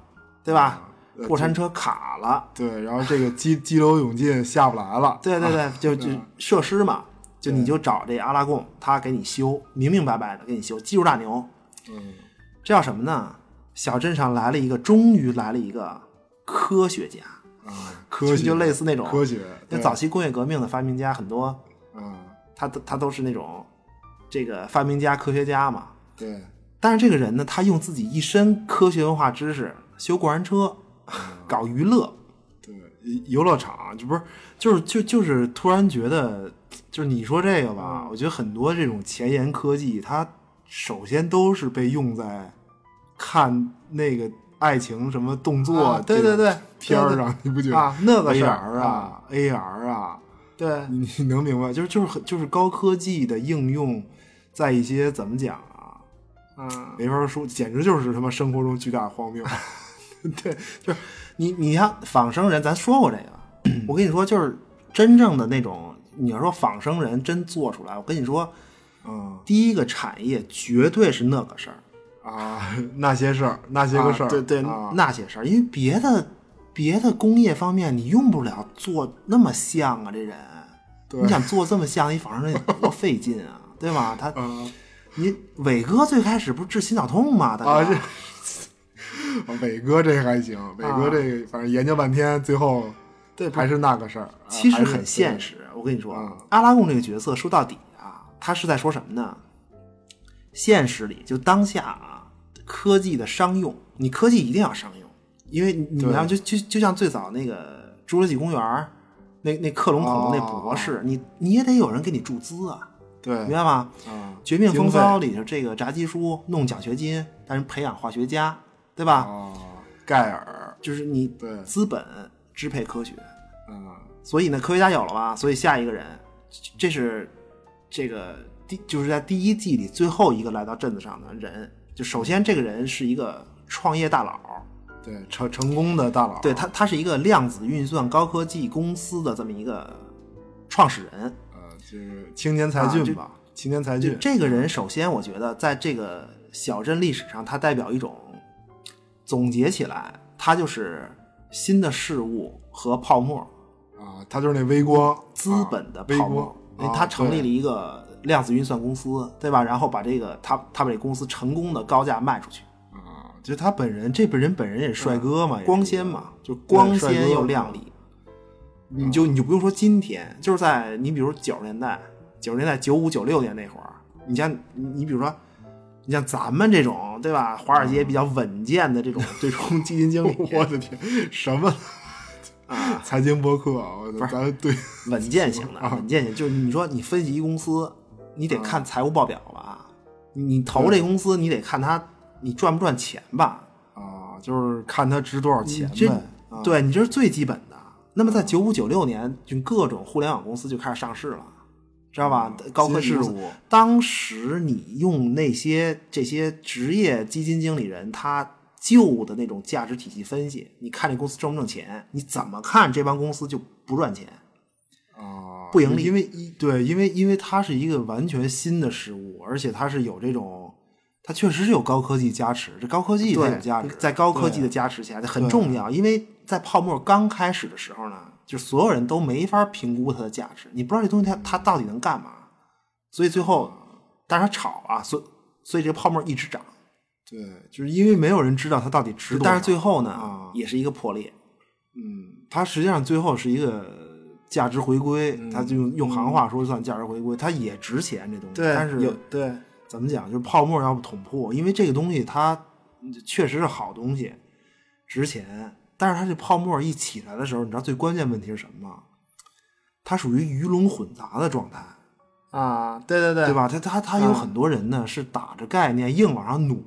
对吧？呃过山车卡了，对，然后这个激激流勇进下不来了，对对对，就就啊设施嘛，就你就找这阿拉贡，他给你修，明明白白的给你修，技术大牛。嗯，这叫什么呢？小镇上来了一个，终于来了一个科学家。啊，科学就类似那种科学，那对早期工业革命的发明家很多，啊，他都他都是那种这个发明家、科学家嘛。对，但是这个人呢，他用自己一身科学文化知识修过山车，搞娱乐，对，游游乐场就不是就是就就是突然觉得，就是你说这个吧，我觉得很多这种前沿科技，它首先都是被用在看那个爱情什么动作、啊对对对片儿对对上，你不觉得啊那个事儿？AR 啊，AR 啊，对你你能明白？就是就是很就是高科技的应用，在一些怎么讲啊，嗯，没法说，简直就是他妈生活中巨大荒 谬。你你看仿生人，咱说过这个，我跟你说，就是真正的那种，你要说仿生人真做出来，我跟你说，嗯第一个产业绝对是那个事儿，啊， 那些事儿，那些个事儿、啊对对，啊那些事儿，因为别的别的工业方面你用不了做那么像啊，这人，对你想做这么像一仿生人得多费劲啊，对 吧？他，啊你伟哥最开始不是治心绞痛吗？大哥啊这。伟哥这还行，伟哥这个反正研究半天，最后啊对还是那个事儿，啊其实还是很现实。我跟你说，嗯阿拉贡这个角色说到底啊，他是在说什么呢？现实里就当下啊，科技的商用，你科技一定要商用，因为你你对要就就就像最早那个《侏罗纪公园》那那克隆恐龙那博士，你你也得有人给你注资啊，哦对明白吗？啊， 《绝命风骚》经里头这个炸鸡叔弄奖学金，但是培养化学家，对吧？啊，盖尔就是你对资本支配科学，啊，所以呢，科学家有了吧？所以下一个人，这这是这个第就是在第一季里最后一个来到镇子上的人。就首先这个人是一个创业大佬，对成成功的大佬，对他，他是一个量子运算高科技公司的这么一个创始人。呃，就是青年才俊吧，青年才啊就俊，这个人，首先我觉得在这个小镇历史上，他代表一种总结起来，他就是新的事物和泡沫，啊，他就是那微光资本的啊微泡沫光。，因为啊他成立了对一个量子运算公司，对吧？然后把这个他他把这公司成功的高价卖出去，嗯啊，就他本人，这本人本人也是嗯帅哥嘛，也是嗯光鲜嘛，就光帅哥鲜又亮丽。你就你就不用说今天，就是在你比如九十年代、九十年代九五九六年那会儿，你像你你比如说，你像咱们这种对吧，华尔街比较稳健的这种这种基金经理， 我的天，什么啊，财经播客啊，我操，咱对稳健型啊的，稳健型就是你说你分析一公司，你得看财务报表吧，你投这公司你得看它你赚不赚钱吧，啊，就是看他值多少钱嗯这呗，啊，对你这是最基本的。那么在九五九六年，就各种互联网公司就开始上市了，知道吧？高科技新公事司物。当时你用那些这些职业基金经理人他旧的那种价值体系分析，你看这公司挣不挣钱？你怎么看这帮公司就不赚钱？啊，不盈利因为一对，因为因为它是一个完全新的事物，而且它是有这种，它确实是有高科技加持，这高科技它有对价值，，在高科技的对加持下，这很重要。因为在泡沫刚开始的时候呢，就所有人都没法评估它的价值，你不知道这东西它它到底能干嘛，所以最后，但是它炒啊，所以所以这个泡沫一直涨，对，就是因为没有人知道它到底值多少，但是最后呢，啊也是一个破裂。嗯，它实际上最后是一个价值回归，嗯它就用用行话说算价值回归，它也值钱这东西，但是有对怎么讲，就是泡沫要不捅破，因为这个东西它确实是好东西，值钱。但是它这泡沫一起来的时候，你知道最关键问题是什么吗？它属于鱼龙混杂的状态，啊，对对对，嗯对？吧？它它它有很多人呢、是打着概念硬往上努，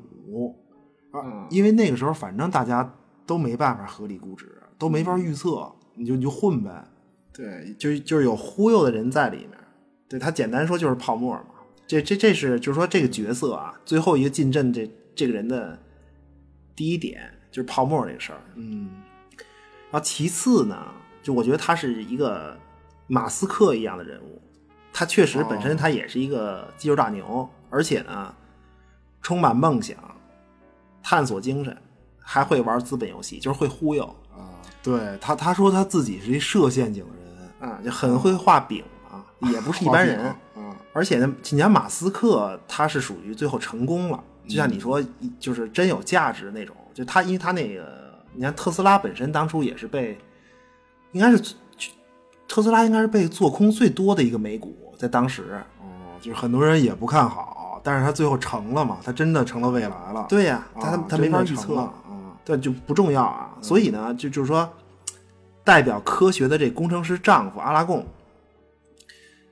嗯因为那个时候反正大家都没办法合理估值，都没法预测，你就你就混呗。对，就就是有忽悠的人在里面。对他简单说就是泡沫嘛。这这这是就是说这个角色啊，最后一个进阵这这个人的第一点就是泡沫这个事儿。嗯然后其次呢，就我觉得他是一个马斯克一样的人物，他确实本身他也是一个肌肉大牛，而且呢充满梦想、探索精神，还会玩资本游戏，就是会忽悠啊，对他他说他自己是一设陷阱的人，啊，就很会画饼啊，也不是一般人。啊，而且呢，你像马斯克，他是属于最后成功了，就像你说，就是真有价值那种。就他，因为他那个，你看特斯拉本身当初也是被，应该是特斯拉应该是被做空最多的一个美股，在当时。啊哦，嗯就是很多人也不看好，但是他最后成了嘛，他真的成了未来了。对呀、啊，他他真没法的预成了测，嗯啊。对，就不重要啊。所以呢，就就是说，代表科学的这工程师丈夫阿拉贡，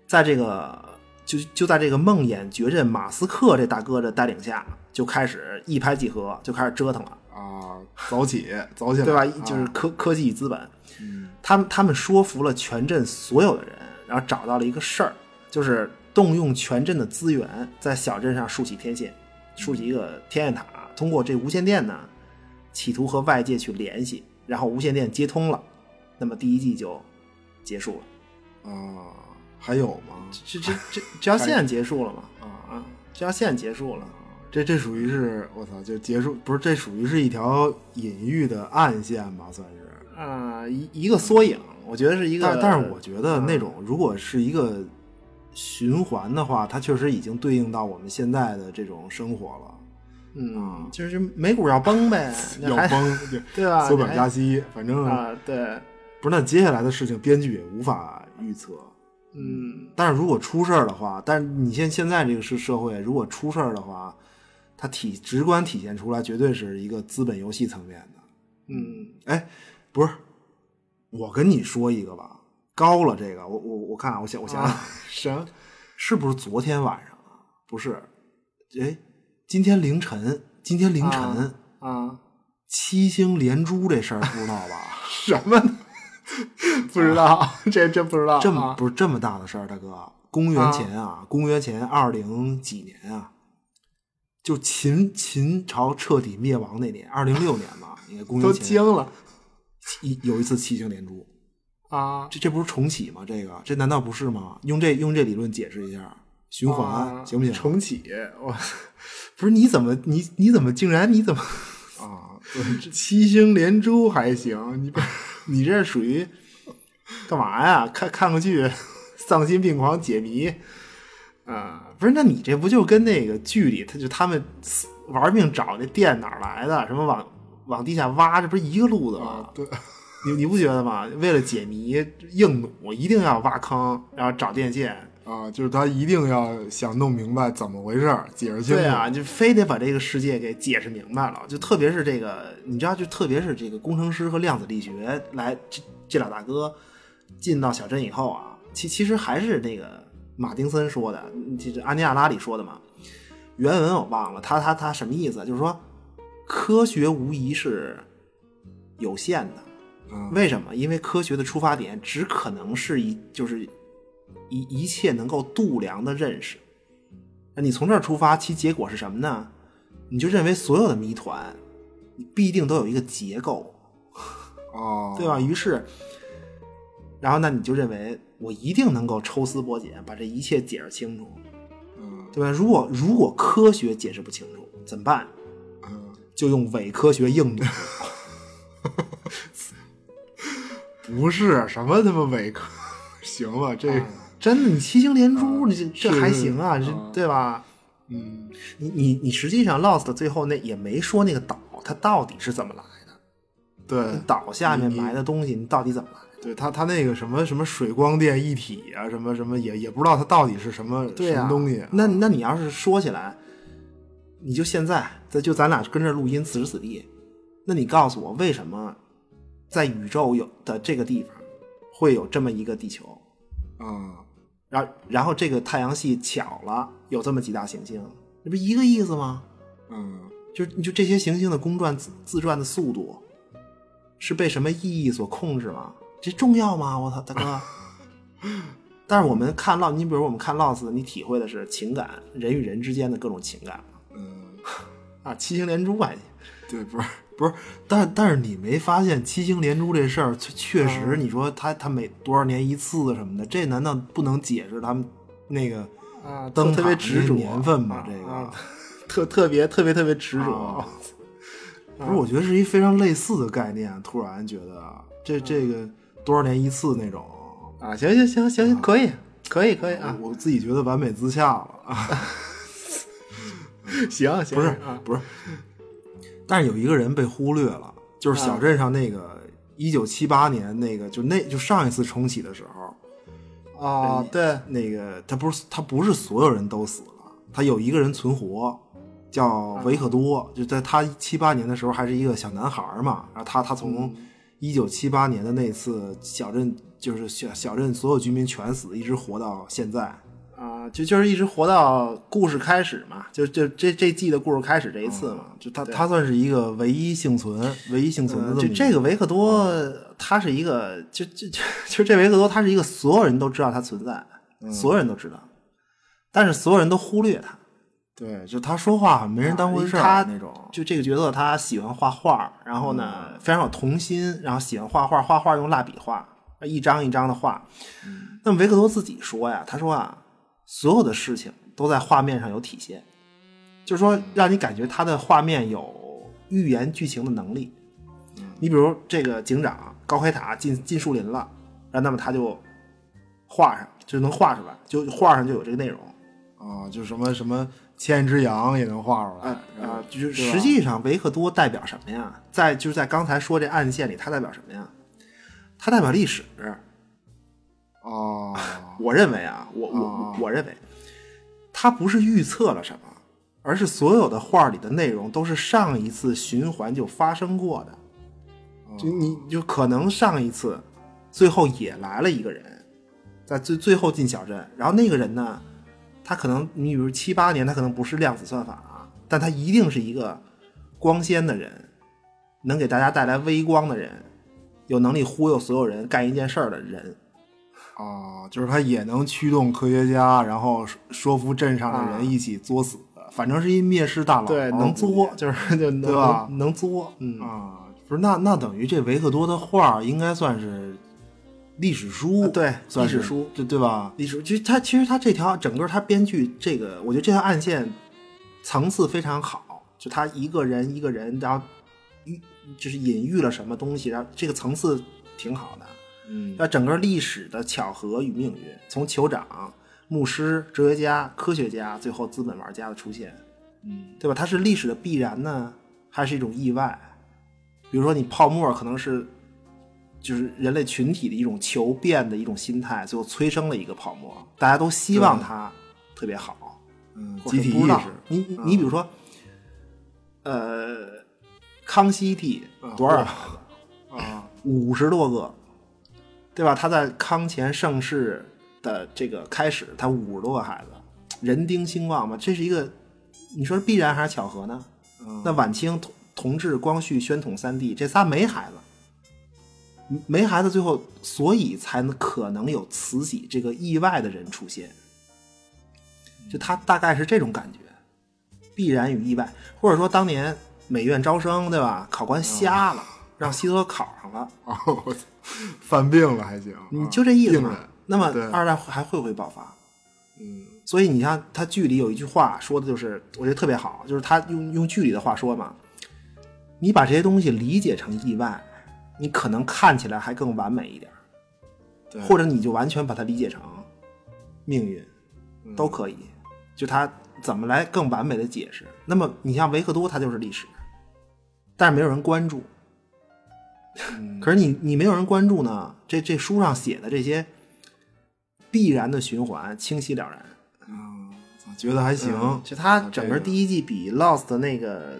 在这个就就在这个梦魇绝阵马斯克这大哥的带领下，就开始一拍即合，就开始折腾了，啊，早起，早起来，对吧？啊就是科科技与资本，嗯他们他们说服了全镇所有的人，然后找到了一个事儿，就是动用全镇的资源，在小镇上竖起天线，竖起一嗯个天线塔，通过这无线电呢，企图和外界去联系，然后无线电接通了，那么第一季就结束了。啊，还有吗？这 这这这条线结束了嘛？啊啊，，这条线结束了。这这属于是我操，就结束不是？这属于是一条隐喻的暗线吧，算是。啊、一一个缩影，我觉得是一个。嗯但但是我觉得那种如果是一个循环的话，它确实已经对应到我们现在的这种生活了。嗯，就是美股要崩呗，那啊 要还崩， 对吧缩表你还加息，反正啊，对，不是。那接下来的事情，编剧也无法预测。嗯。但是如果出事儿的话，但是你现现在这个是社会，如果出事儿的话，它体直观体现出来，绝对是一个资本游戏层面的。嗯哎，不是，我跟你说一个吧，高了这个，我我我看啊我想我想想、啊，行， 是不是昨天晚上啊？不是，哎，今天凌晨，今天凌晨，啊啊，七星连珠这事儿不知道吧？ 什么呢？不知道，这真不知道。这么不是这么啊啊大的事儿，大哥，公元前啊，公元前二零几年啊，啊就秦秦朝彻底灭亡那年，二零六年吧，应该公元都前惊了一有一次七星连珠，啊！这这不是重启吗？这个这难道不是吗？用这用这理论解释一下，循环、啊行不行？重启，我 不是你怎么你你怎么竟然你怎么 啊，七星连珠还行，你不你这属于干嘛呀？看看个剧， 丧心病狂解谜啊？不是，那你这不就跟那个剧里他就他们死玩命找那电哪儿来的，什么往往地下挖，这不是一个路子吗？对，你你不觉得吗？为了解谜，硬弩一定要挖坑，然后找电线。啊？就是他一定要想弄明白怎么回事儿，解释清楚。对啊，就非得把这个世界给解释明白了。就特别是这个，你知道，就特别是这个工程师和量子力学来这这俩大哥进到小镇以后啊，其其实还是那个马丁森说的，这这安尼亚拉里说的嘛。原文我忘了，他他他什么意思？就是说，科学无疑是有限的。嗯为什么？因为科学的出发点只可能是一就是一一切能够度量的认识。那你从这儿出发，其结果是什么呢？你就认为所有的谜团，你必定都有一个结构，哦，对吧？？于是，然后那你就认为我一定能够抽丝剥茧，把这一切解释清楚，嗯对吧？如果如果科学解释不清楚，怎么办？嗯，就用伪科学硬弩。不是什么他妈伪科， 行了，这个、真的，你七星连珠，你这这是还行啊，这啊对吧？嗯你你你实际上 Lost 最后那也没说那个岛它到底是怎么来的，对。岛下面埋的东西你到底怎么来的？对他，他那个什么什么水光电一体啊，什么什么也也不知道它到底是什么、对什啊，么东西啊、那那你要是说起来，你就现在，咱就咱俩跟这录音，此时此地，那你告诉我为什么在宇宙有的这个地方会有这么一个地球？啊，然后然后这个太阳系巧了有这么几大行星，这不一个意思吗？嗯就是你就这些行星的公转自自转的速度，是被什么意义所控制吗？这重要吗？我操，大 哥！但是我们看 Lost，你比如我们看 Lost，你体会的是情感，人与人之间的各种情感嗯， 啊，七星连珠啊，对，不是不是，但但是你没发现七星连珠这事儿，确确实，嗯你说他他每多少年一次什么的，这难道不能解释他们那个啊，灯特塔别执那着年份嘛啊这个啊特特别特别特别执着。啊不是？我觉得是一非常类似的概念。突然觉得啊嗯这这个多少年一次那种，啊，行行行行行，可以可以可以啊，我我自己觉得完美自洽了啊。行嗯行不是啊不是，但是有一个人被忽略了，就是啊小镇上那个一九七八年那个，就那就上一次重启的时候，哦哎啊，对，那个他不是他不是所有人都死了，他有一个人存活，叫维克多，就在他七八年的时候还是一个小男孩儿嘛，然后他他从一九七八年的那次小镇就是小小镇所有居民全死，一直活到现在。啊，就就是一直活到故事开始嘛，就就这这季的故事开始这一次嘛，就他，嗯对他算是一个唯一幸存，唯一幸存的呃这么就一这个个嗯维克多，他是一个，就就就就这维克多，他是一个所有人都知道他存在，所有人都知道，但是所有人都忽略他。对，就他说话没人当回事儿、啊他那种。嗯就这个角色，他喜欢画画，然后呢、非常有童心，然后喜欢画画，画画用蜡笔画，一张一张的画。嗯那么维克多自己说呀，他说啊，所有的事情都在画面上有体现，就嗯是说让你感觉他的画面有预言剧情的能力。嗯你比如这个警长高凯塔进进树林了，然后那么他就画上，就能画出来，就画上就有这个内容。啊，就什么什么千只羊也能画出来啊啊，就是对吧实际上维克多代表什么呀？在就是在刚才说这暗线里，它代表什么呀？它代表历史。哦，我认为啊，我我我啊我认为，它不是预测了什么，而是所有的画里的内容都是上一次循环就发生过的。就你就可能上一次，最后也来了一个人，在最最后进小镇，然后那个人呢，他可能你比如七八年，他可能不是量子算法啊，但他一定是一个光鲜的人，能给大家带来微光的人，有能力忽悠所有人干一件事儿的人。啊，就是他也能驱动科学家，然后说说服镇上的啊人一起作死，反正是一蔑视大佬，对，能作就是就能对吧能作，嗯，啊，不是那那等于这维克多的画儿应该算是历史书，啊对算历史是书，对对吧？历史，就是他其实他这条整个他编剧这个，我觉得这条暗线层次非常好，就他一个人一个人，然后隐就是隐喻了什么东西，然后这个层次挺好的。嗯，那整个历史的巧合与命运，从酋长、牧师、哲学家、科学家，最后资本玩家的出现，嗯，对吧？它是历史的必然呢，还是一种意外？比如说，你泡沫可能是就是人类群体的一种求变的一种心态，最后催生了一个泡沫，大家都希望它特别好，嗯或者集体不意知道识， 嗯你你你比如说，呃，康熙帝多少啊，五十多个，对吧？他在康乾盛世的这个开始，他五十多个孩子，人丁兴旺嘛，这是一个，你说是必然还是巧合呢？嗯那晚清同同治、光绪、宣统三帝这仨没孩子，没孩子，最后所以才能可能有慈禧这个意外的人出现，就他大概是这种感觉，必然与意外，或者说当年美院招生对吧？考官瞎了，让希特勒考上了。啊，我操犯病了还行，你啊就这意思病嘛人？那么对二战还会不会爆发？嗯所以你看他剧里有一句话说的就是，我觉得特别好，就是他用用剧里的话说嘛，你把这些东西理解成意外，你可能看起来还更完美一点，对，或者你就完全把它理解成命运，嗯都可以。就他怎么来更完美的解释？那么你像维克多，他就是历史，但是没有人关注。嗯可是你你没有人关注呢，这这书上写的这些必然的循环清晰了然。嗯，我觉得还行，就它啊整这个个第一季比 Lost 的那个，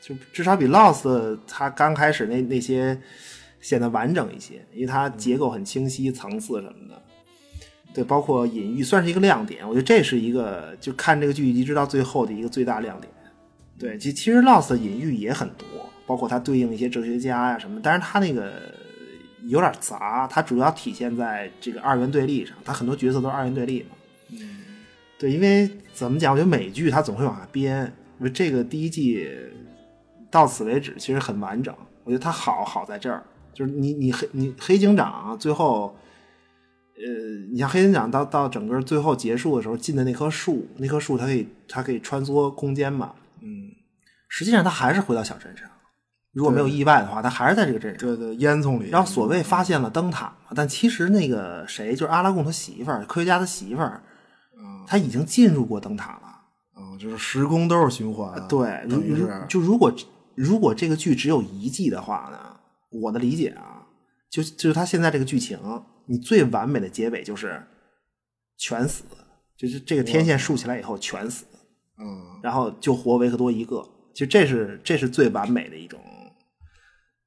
就至少比 Lost 它刚开始那那些显得完整一些，因为它结构很清晰，层次什么的。对，包括隐喻算是一个亮点，我觉得这是一个就看这个剧一直到最后的一个最大亮点。对，其其实 Lost 的隐喻也很多，包括它对应一些哲学家呀、什么，但是它那个有点杂，它主要体现在这个二元对立上，它很多角色都是二元对立嘛。嗯对，因为怎么讲，我觉得美剧它总会往下编，我觉得这个第一季到此为止其实很完整，我觉得它好好在这儿，就是你你黑你黑警长最后。呃，你像黑警长到到整个最后结束的时候进的那棵树，那棵树它可以它可以穿梭空间嘛，嗯，实际上他还是回到小镇上。如果没有意外的话，他还是在这个镇上。对对，烟囱里，然后所谓发现了灯塔嘛，但其实那个谁，就是阿拉贡他媳妇儿，科学家的媳妇儿，嗯他已经进入过灯塔了。嗯，就是时空都是循环，啊呃对，嗯如等于如是就如果如果这个剧只有一季的话呢，我的理解啊，就就是他现在这个剧情，你最完美的结尾就是全死，就是这个天线竖起来以后全死。嗯然后就活维克多一个，其实这是这是最完美的一种。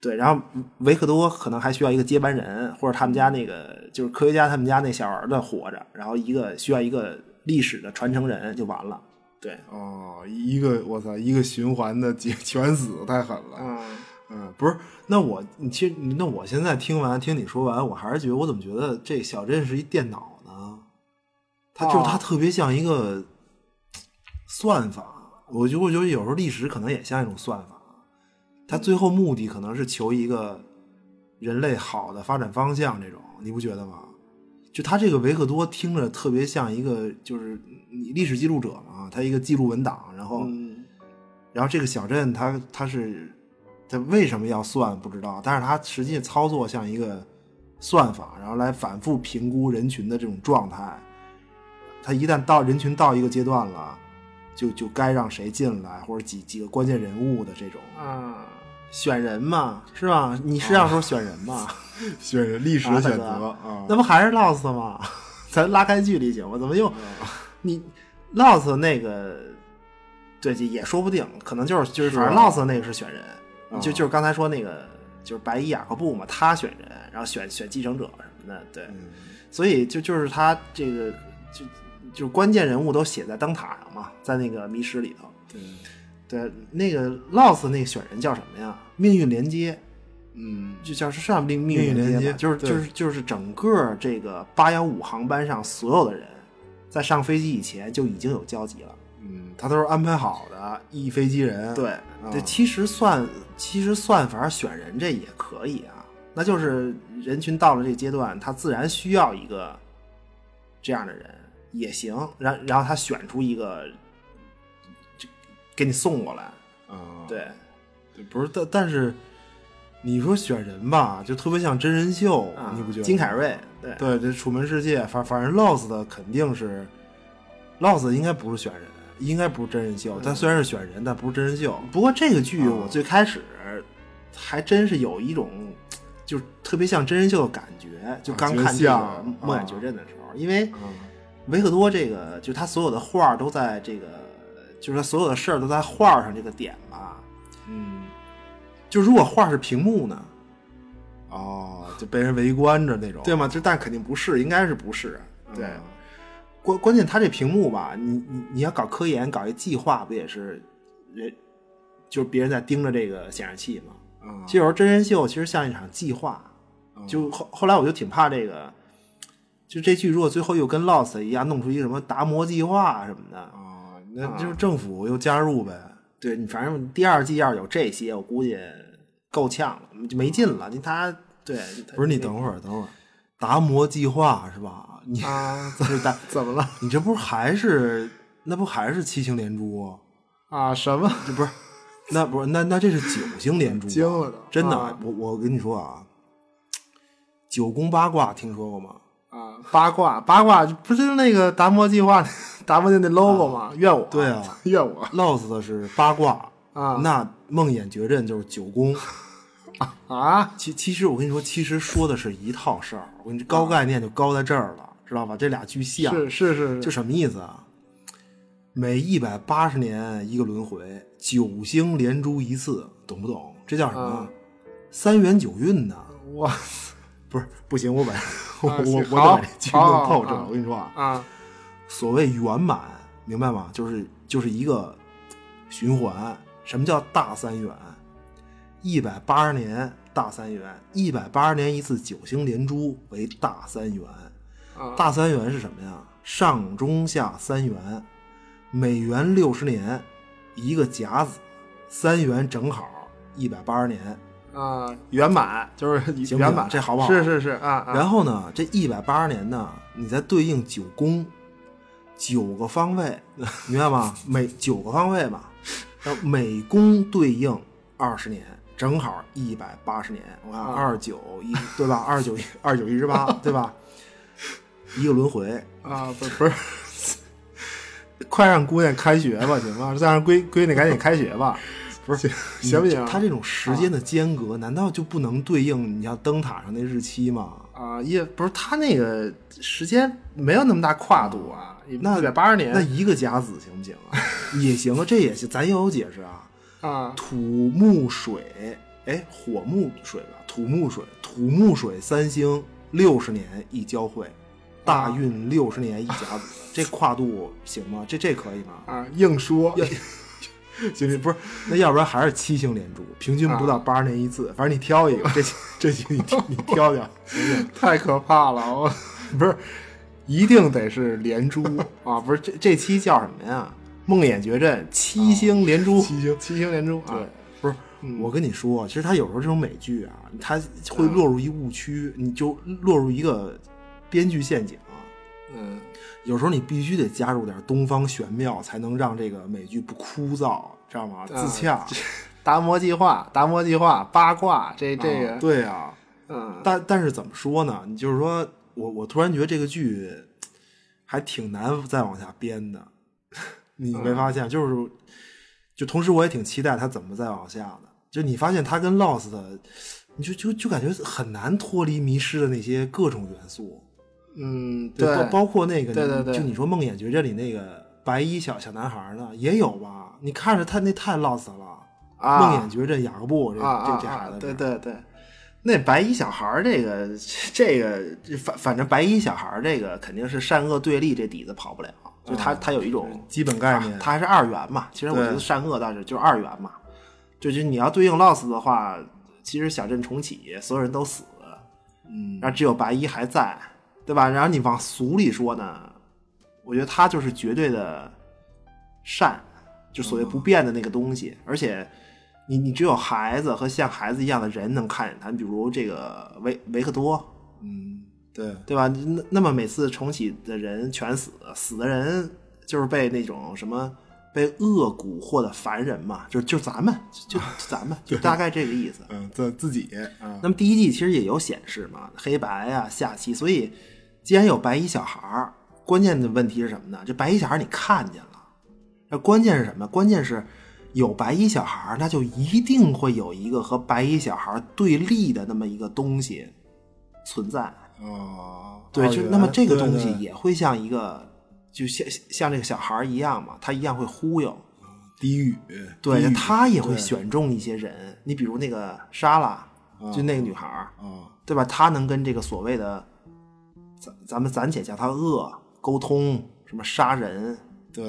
对，然后维克多可能还需要一个接班人，或者他们家那个就是科学家他们家那小儿子活着，然后一个需要一个历史的传承人就完了。对，哦，一个我操，一个循环的结全死太狠了，嗯，嗯，不是，那我你其实那我现在听完听你说完，我还是觉得我怎么觉得这小镇是一电脑呢？它就是哦它特别像一个嘖算法，我觉得我觉得有时候历史可能也像一种算法，它最后目的可能是求一个人类好的发展方向，这种你不觉得吗？就他这个维克多听着特别像一个就是你历史记录者嘛，他一个记录文档，然后、嗯然后这个小镇它它是它为什么要算不知道，但是它实际操作像一个算法，然后来反复评估人群的这种状态。它一旦到人群到一个阶段了，就就该让谁进来，或者几几个关键人物的这种啊，选人嘛，是吧？你是要说选人嘛？选人历史啊的大选哥择啊那不还是 Lost 吗？咱拉开距离行吗？怎么又你 Lost 那个？对，也也说不定，可能就是就是，是反正吧 Lost 那个是选人，啊就就是刚才说那个就是白衣雅各布嘛，他选人，然后选选继承者什么的，对，嗯所以就就是他这个就就是关键人物都写在灯塔上嘛，在那个迷失里头。对，对，那个 Lost 那个选人叫什么呀？命运连接，嗯就叫是上命命运运连连接接吧，就是对就是就是整个这个八幺五航班上所有的人，在上飞机以前就已经有交集了，嗯嗯，他都是安排好的，一飞机人。对，嗯这其实算其实算法选人这也可以啊，那就是人群到了这阶段，他自然需要一个这样的人也行，然然后他选出一个，就给你送过来，啊，对，不是，但但是你说选人吧，就特别像真人秀，啊，你不觉得？金凯，瑞，对对，这《楚门世界》反反正 Lost 的肯定是 Lost 应该不是选人，应该不是真人秀。但虽然是选人，但不是真人秀。嗯不过这个剧啊我最开始还真是有一种就是特别像真人秀的感觉，就刚看这啊个《觉得像梦魇啊绝阵》的时候，因为啊维克多这个就是他所有的画儿都在这个，就是他所有的事儿都在画儿上这个点吧。嗯，就如果画儿是屏幕呢，哦，就被人围观着那种。对吗？这但肯定不是，应该是不是？啊对，嗯关关键他这屏幕吧，你你你要搞科研，搞一计划，不也是人就是别人在盯着这个显示器吗？啊，其实有时候真人秀其实像一场计划，嗯就后后来我就挺怕这个，就这剧如果最后又跟 Lost 一样弄出一什么达摩计划什么的，啊，那就是政府又加入呗。对你反正第二季要是有这些，我估计够呛了，就没劲了。你他对嗯不是你等会儿，等会儿，达摩计划是吧？你 啊， 怎么的？怎么了你这不还是那不还是七星连珠？啊？什么？这 不是，那不是那那这是九星连珠啊，惊了都真的，啊我我跟你说啊，九宫八卦听说过吗？啊，八卦八卦不是那个达摩计划， 达摩的那 logo 吗？怨我，啊对啊， 怨我 Lost 的是八卦啊那梦魇绝阵就是九宫。啊！其其实我跟你说，其实说的是一套事儿。我跟你说高概念就高在这儿了，知道吧？这俩巨像，是是是，就是什么意思啊？每一百八十年一个轮回，九星连珠一次，懂不懂？这叫什么？啊三元九运呐！我不是，不行，我把、我啊我行我得好把这剧好好弄透彻。好我跟你说啊，啊所谓圆满，明白吗？就是就是一个循环。什么叫大三元？一百八十年大三元，一百八十年一次九星连珠为大三元。啊大三元是什么呀？上中下三元，每元六十年，一个甲子，三元正好一百八十年。啊圆满，就是行不圆行满，这好不好是是是啊啊！然后呢，这一百八十年呢，你再对应九宫，九个方位，明白吗？每九个方位吧，然后每宫对应二十年，正好一百八十年。我看啊二九一，对吧？ 二九一，二九一十八，对吧？一个轮回，啊不不是快让姑娘开学吧，行吗？再让闺闺女赶紧开学 吧。不是，行不行？它这种时间的间隔，难道就不能对应你像灯塔上那日期吗？啊也不是他那个时间没有那么大跨度啊，那一百八十年那一个甲子行不行啊？也行啊，这也行，咱也有解释啊。啊土木水，哎，火木水吧，土木水，土木水三星六十年一交汇，大运六十年一甲子，这跨度行吗？这这可以 吗？啊硬说行行，不是，那要不然还是七星连珠，平均不到八十年一次，反正你挑一个，这期这期你挑你挑 挑，太可怕了，我不是一定得是连珠啊，不是这这期叫什么呀？梦魇绝阵，七星连珠，七星七星连珠啊对，不是，我跟你说，其实他有时候这种美剧啊，他会落入一误区，你就落入一个编剧陷阱。嗯有时候你必须得加入点东方玄妙，才能让这个美剧不枯燥，知道吗？自洽。嗯 达摩计划，达摩计划，八卦，这这个，啊对啊，嗯但但是怎么说呢？你就是说我我突然觉得这个剧还挺难再往下编的， 你嗯没发现？就是就同时我也挺期待它怎么再往下的。就你发现它跟 Lost，的你就就就感觉很难脱离迷失的那些各种元素，嗯，包包括那个对对对就你说《梦魇绝阵》里那个白衣小小男孩呢，也有吧？你看着他那太 Lost 了，啊梦魇绝阵》雅各布这、啊啊这这孩啊子，对对对。那白衣小孩儿，这个 这个这反反正白衣小孩儿这个肯定是善恶对立，这底子跑不了。就他他有一种基本概念。它还是二元嘛。其实我觉得对善恶倒是就是二元嘛，就就你要对应 Lost 的话，其实小镇重启，所有人都死，嗯然后只有白衣还在，对吧？然后你往俗里说呢，我觉得他就是绝对的善，就所嗯谓不变的那个东西。而且你你只有孩子和像孩子一样的人能看见它，你比如这个维维克多，嗯，对，对吧？那那么每次重启的人全死，死的人就是被那种什么被恶蛊惑的凡人嘛，就就咱们， 就就咱们，就大概这个意思。嗯，自自己啊，那么第一季其实也有显示嘛，黑白啊、下棋，所以既然有白衣小孩儿，关键的问题是什么呢？这白衣小孩儿你看见了，那关键是什么？关键是有白衣小孩儿，那就一定会有一个和白衣小孩儿对立的那么一个东西存在。哦，对，二就元那么这个对东西对也会像一个，就像像这个小孩儿一样嘛，他一样会忽悠，低语，对低语他也会对选中一些人。你比如那个莎拉，就那个女孩儿，啊，对吧？她能跟这个所谓的，咱咱们暂且叫她恶沟通，什么杀人，对，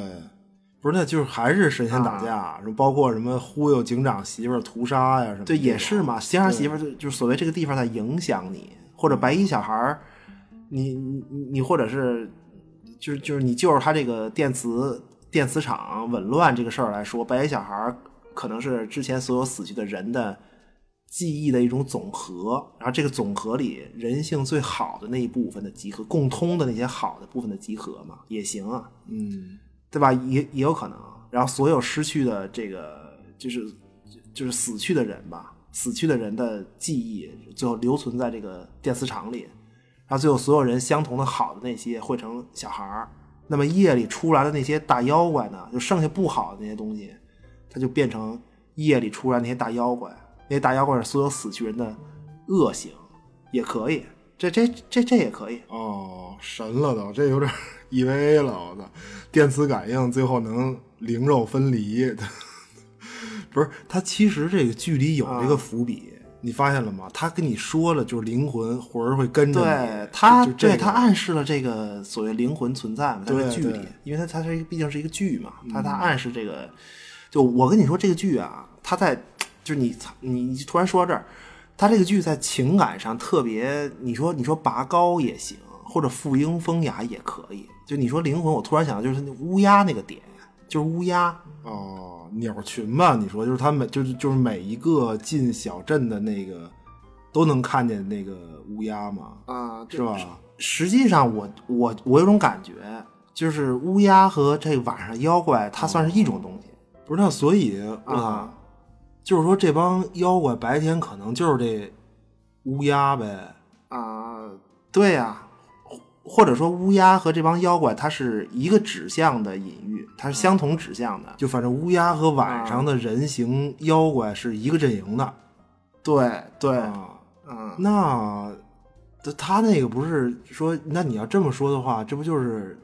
不是，那就是还是神仙打架，什么包括什么忽悠警长媳妇儿屠杀呀什么，啊对，也是，嘛。先让媳妇儿就就是所谓这个地方在影响你，或者白衣小孩儿，你你你你或者是就是就是你就是他这个电磁电磁场紊乱这个事儿来说，白衣小孩儿可能是之前所有死去的人的记忆的一种总和，然后这个总和里人性最好的那一部分的集合，共通的那些好的部分的集合嘛，也行啊。嗯，对吧？也也有可能。啊然后所有失去的这个，就是就是死去的人吧，死去的人的记忆，最后留存在这个电磁场里。然后最后所有人相同的好的那些汇成小孩儿，那么夜里出来的那些大妖怪呢，就剩下不好的那些东西，它就变成夜里出来那些大妖怪。那些哎大妖怪是所有死去人的恶行，也可以，这这这这也可以。哦，神了都，这有点儿 EVA 了，我操！电磁感应最后能灵肉分离， 不是？它其实这个剧里有啊这个伏笔，你发现了吗？他跟你说了，就是灵魂魂儿会跟着你对，他，就就这对个他暗示了这个所谓灵魂存在嘛，在这个对剧对里，因为他他是一个毕竟是一个剧嘛，他他暗示这个，就我跟你说这个剧啊，他在就是你你你突然说到这儿，他这个剧在情感上特别，你说你说拔高也行，或者富英风雅也可以，就你说灵魂，我突然想到就是那乌鸦那个点，就是乌鸦，哦，鸟群吧，你说就是他们，就是就是每一个进小镇的那个都能看见那个乌鸦嘛，啊，是吧？实际上我，我我有种感觉，就是乌鸦和这晚上妖怪，它算是一种东西、不是，那所以我操，啊。就是说这帮妖怪白天可能就是这乌鸦呗，啊，对呀、或或者说乌鸦和这帮妖怪，它是一个指向的隐喻，它是相同指向的。就反正乌鸦和晚上的人形妖怪是一个阵营的对对，啊。嗯，那他他那个不是说，那你要这么说的话，这不就是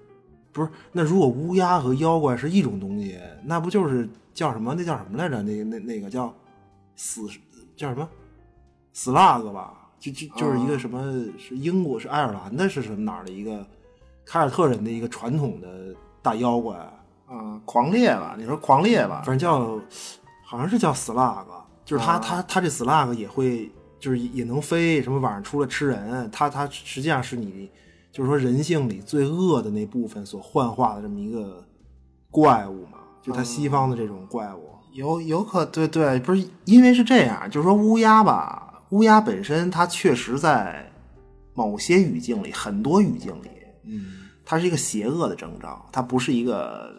不是？那如果乌鸦和妖怪是一种东西，那不就是叫什么？那叫什么来着？那个那那个叫死叫什么 slug 吧？就就就是一个什么、是英国是爱尔兰的是什么哪儿的一个凯尔特人的一个传统的大妖怪，啊，狂猎吧，你说狂猎吧反，正叫好像是叫 slug，就是它啊它它这 slug 也会就是也能飞，什么晚上出来吃人，它它实际上是你就是说人性里最恶的那部分所幻化的这么一个怪物嘛，就它西方的这种怪物。嗯有有可对对，不是因为是这样，就是说乌鸦吧，乌鸦本身它确实在某些语境里，很多语境里，嗯，它是一个邪恶的征兆，它不是一个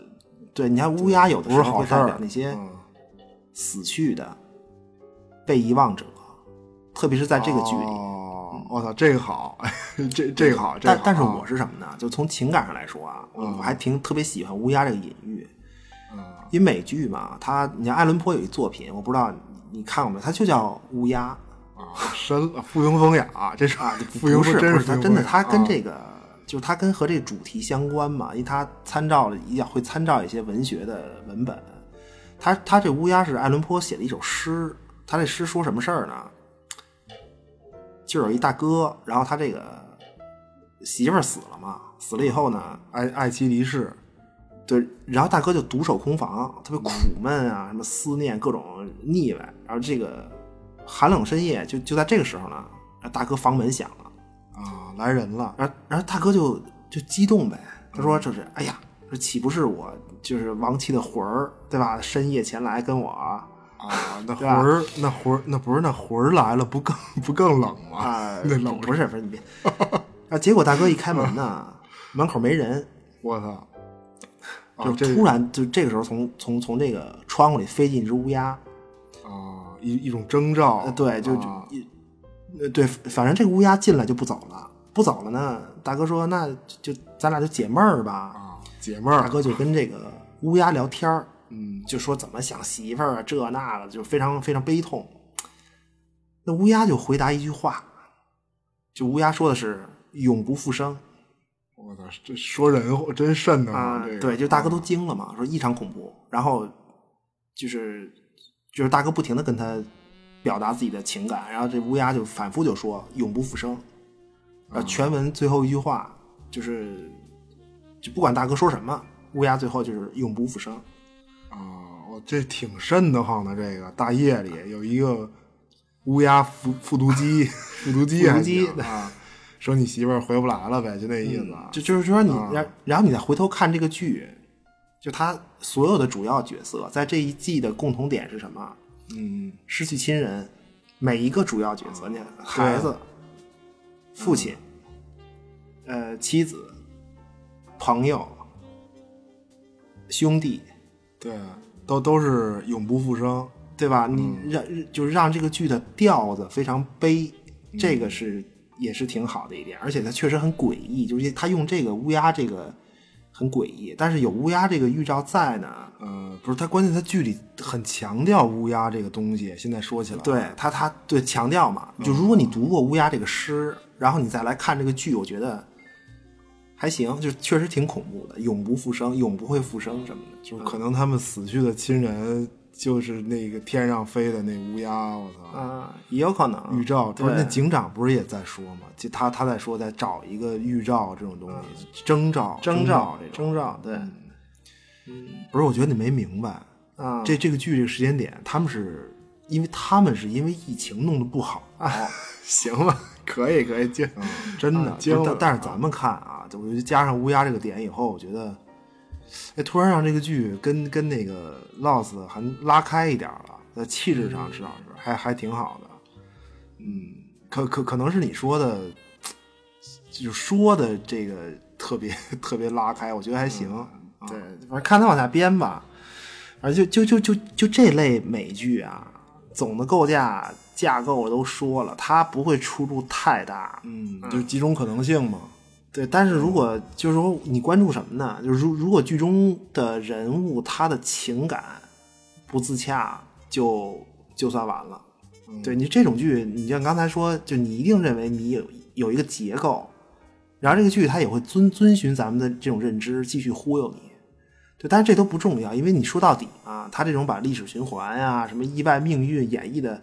对。你看乌鸦有不的时是候好会事代表儿。那些嗯死去的、被遗忘者，特别是在这个剧里。哦，我操，这个好， 这这个好，这个好但但是啊嗯我是什么呢？就从情感上来说啊，我我还挺特别喜欢乌鸦这个隐喻，因为美剧嘛，它你看爱伦坡有一作品，我不知道你你看过没，它就叫乌鸦啊深了，附庸风雅，这是啊，附庸不是风，真不是是它附庸真的，风雅它跟啊这个、就是它跟和这个主题相关嘛，因为它参照了一样会参照一些文学的文本。它它这乌鸦是爱伦坡写的一首诗，他这诗说什么事儿呢？就有一大哥，然后他这个媳妇儿死了嘛，死了以后呢，爱爱妻离世，对，然后大哥就独守空房，特别苦闷啊，什么思念各种腻歪。然后这个寒冷深夜，就就在这个时候呢，然后大哥房门响了，啊，来人了，嗯然后然后大哥就就激动呗，他说这是哎呀，岂不是我就是亡妻的魂儿，对吧？深夜前来跟我啊，那魂对吧儿，那魂儿，那不是那魂儿来了，不更不更冷吗？啊， 那冷不是不是你别啊！结果大哥一开 门呢，门口没人，我操！啊就这是突然就这个时候从从从这个窗户里飞进一只乌鸦，啊，一一种征兆呃，，对，就就啊一，呃，对，反正这个乌鸦进来就不走了，不走了呢，大哥说那就咱俩就解闷儿吧，啊，解闷大儿，哥就跟这个乌鸦聊天儿，嗯，就说怎么想媳妇儿啊，这那的，就非常非常悲痛。那乌鸦就回答一句话，就乌鸦说的是永不复生我操，这说人话真瘆得啊、慌，这个对，就大哥都惊了嘛，说异常恐怖。然后就是就是大哥不停的跟他表达自己的情感，然后这乌鸦就反复就说永不复生。呃，全文最后一句话就是就不管大哥说什么，乌鸦最后就是永不复生。啊，我这挺瘆得慌的。这个大夜里有一个乌鸦复复读机，复读机复读还机行啊，说你媳妇儿回不来了呗，就那意思啊。就就是说你，啊然、然后你再回头看这个剧，就他所有的主要角色在这一季的共同点是什么？嗯，失去亲人，每一个主要角色，你看孩子、父亲、呃妻子、朋友、兄弟，对，都都是永不复生。对吧？你让、就是让这个剧的调子非常悲，这个是也是挺好的一点，而且它确实很诡异，就是他用这个乌鸦这个很诡异，但是有乌鸦这个预兆在呢，呃，不是，他关键他剧里很强调乌鸦这个东西。现在说起来，对他他对强调嘛，就如果你读过乌鸦这个诗，然后你再来看这个剧，我觉得还行，就确实挺恐怖的，永不复生，永不会复生什么的，就是可能他们死去的亲人就是那个天上飞的那乌鸦，我操！啊、也有可能预兆，不是那对警长不是也在说吗？就他他在说在找一个预兆这种东西，征兆啊征兆兆这种。嗯征兆对啊、不是，我觉得你没明白，啊这这个剧这个时间点，他们是因为他们是因为疫情弄得不好，啊 行吧，可以可以就。真的。哦不啊是惊了但但是咱们看啊，我就加上乌鸦这个点以后，我觉得，哎，突然让这个剧跟跟那个 Lost 还拉开一点了，在气质嗯上至少是还还挺好的。嗯，可可可能是你说的，就说的这个特别 特别拉开，我觉得还行。啊嗯对，反正看他往下编吧。而就就就就就这类美剧啊，总的构架架构我都说了，它不会出入太大。嗯，就是几种可能性嘛。对，但是如果就是说你关注什么呢？就是如如果剧中的人物他的情感不自洽，就就算完了。对你这种剧，你像刚才说，就你一定认为你有有一个结构，然后这个剧它也会遵遵循咱们的这种认知继续忽悠你。对，但是这都不重要，因为你说到底啊，他这种把历史循环呀、什么意外命运演绎的，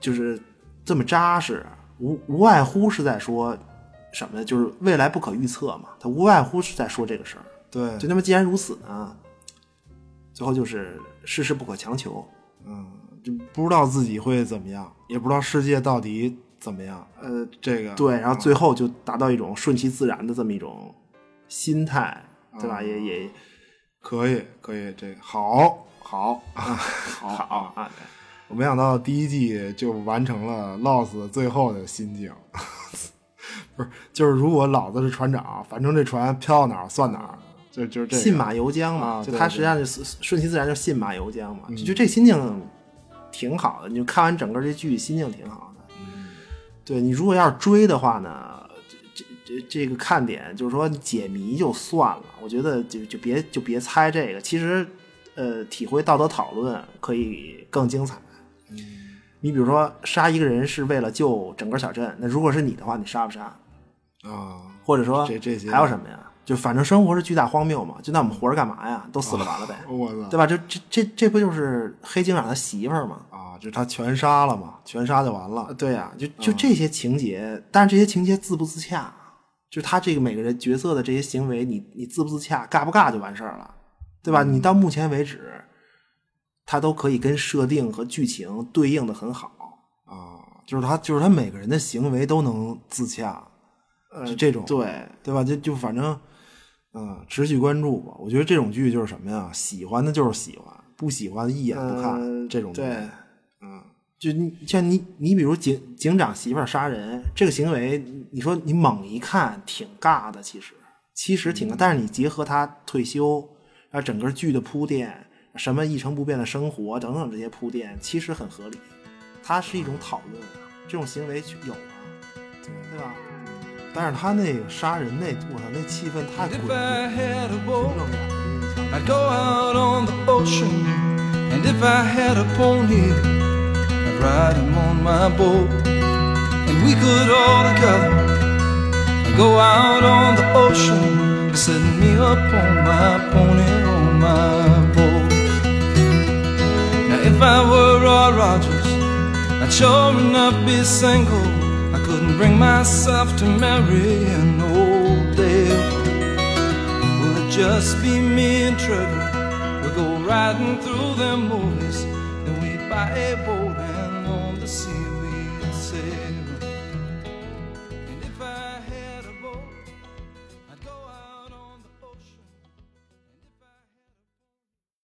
就是这么扎实，无无外乎是在说什么呢？就是未来不可预测嘛，他无外乎是在说这个事儿。对，就那么既然如此呢，最后就是世事不可强求，嗯，就不知道自己会怎么样，也不知道世界到底怎么样。呃，这个对，然后最后就达到一种顺其自然的这么一种心态，对吧？也也可以，可以，这个好， 好，好，好啊，我没想到第一季就完成了 Lost 最后的心境， 不是，就是如果老子是船长，反正这船飘到哪儿算哪儿，就就这个。信马由缰嘛，啊就对他对嗯实际上就是顺其自然，就是信马由缰嘛，就这心境挺好的。你就看完整个这剧，心境挺好的。嗯对你如果要是追的话呢，这这这这个看点就是说解谜就算了，我觉得就就别就别猜这个。其实，呃，体会道德讨论可以更精彩。嗯你比如说杀一个人是为了救整个小镇，那如果是你的话，你杀不杀？啊，或者说这这些还有什么呀？就反正生活是巨大荒谬嘛，就那我们活着干嘛呀？都死了完了呗，我操对吧？这这这这不就是黑警长他媳妇儿吗？啊，就是他全杀了嘛，全杀就完啊，了。嗯对呀、就就这些情节，但是这些情节自不自洽，就是他这个每个人角色的这些行为，你你自不自洽，尬不尬就完事儿了，对吧？嗯你到目前为止，他都可以跟设定和剧情对应的很好，啊，就是他，就是他每个人的行为都能自洽，是这种对，对吧？就就反正嗯，持续关注吧。我觉得这种剧就是什么呀？喜欢的就是喜欢，不喜欢一眼不看。嗯这种东西嗯对，就你像你，你比如警警长媳妇儿杀人这个行为，你说你猛一看挺尬的，其实其实挺尬，但是你结合他退休，然后整个剧的铺垫，什么一成不变的生活等等这些铺垫，其实很合理。它是一种讨论，啊这种行为有啊，对吧？但是他那个杀人那，我操，那气氛太 And 诡 if 异 I 了， had a 平 boat, 整点给你讲。 I'd go out on the ocean. And if I had a pony, I'd ride him on my boat. And we could all together go out on the ocean. And set me up on my pony, on my boat. Now, if I were Roy Rogers, I'd sure enough be single. I couldn't bring myself to marry an old dame. Will it just be me and Trevor? We'll go riding through them movies, then we buy a boat and on the sea we sail.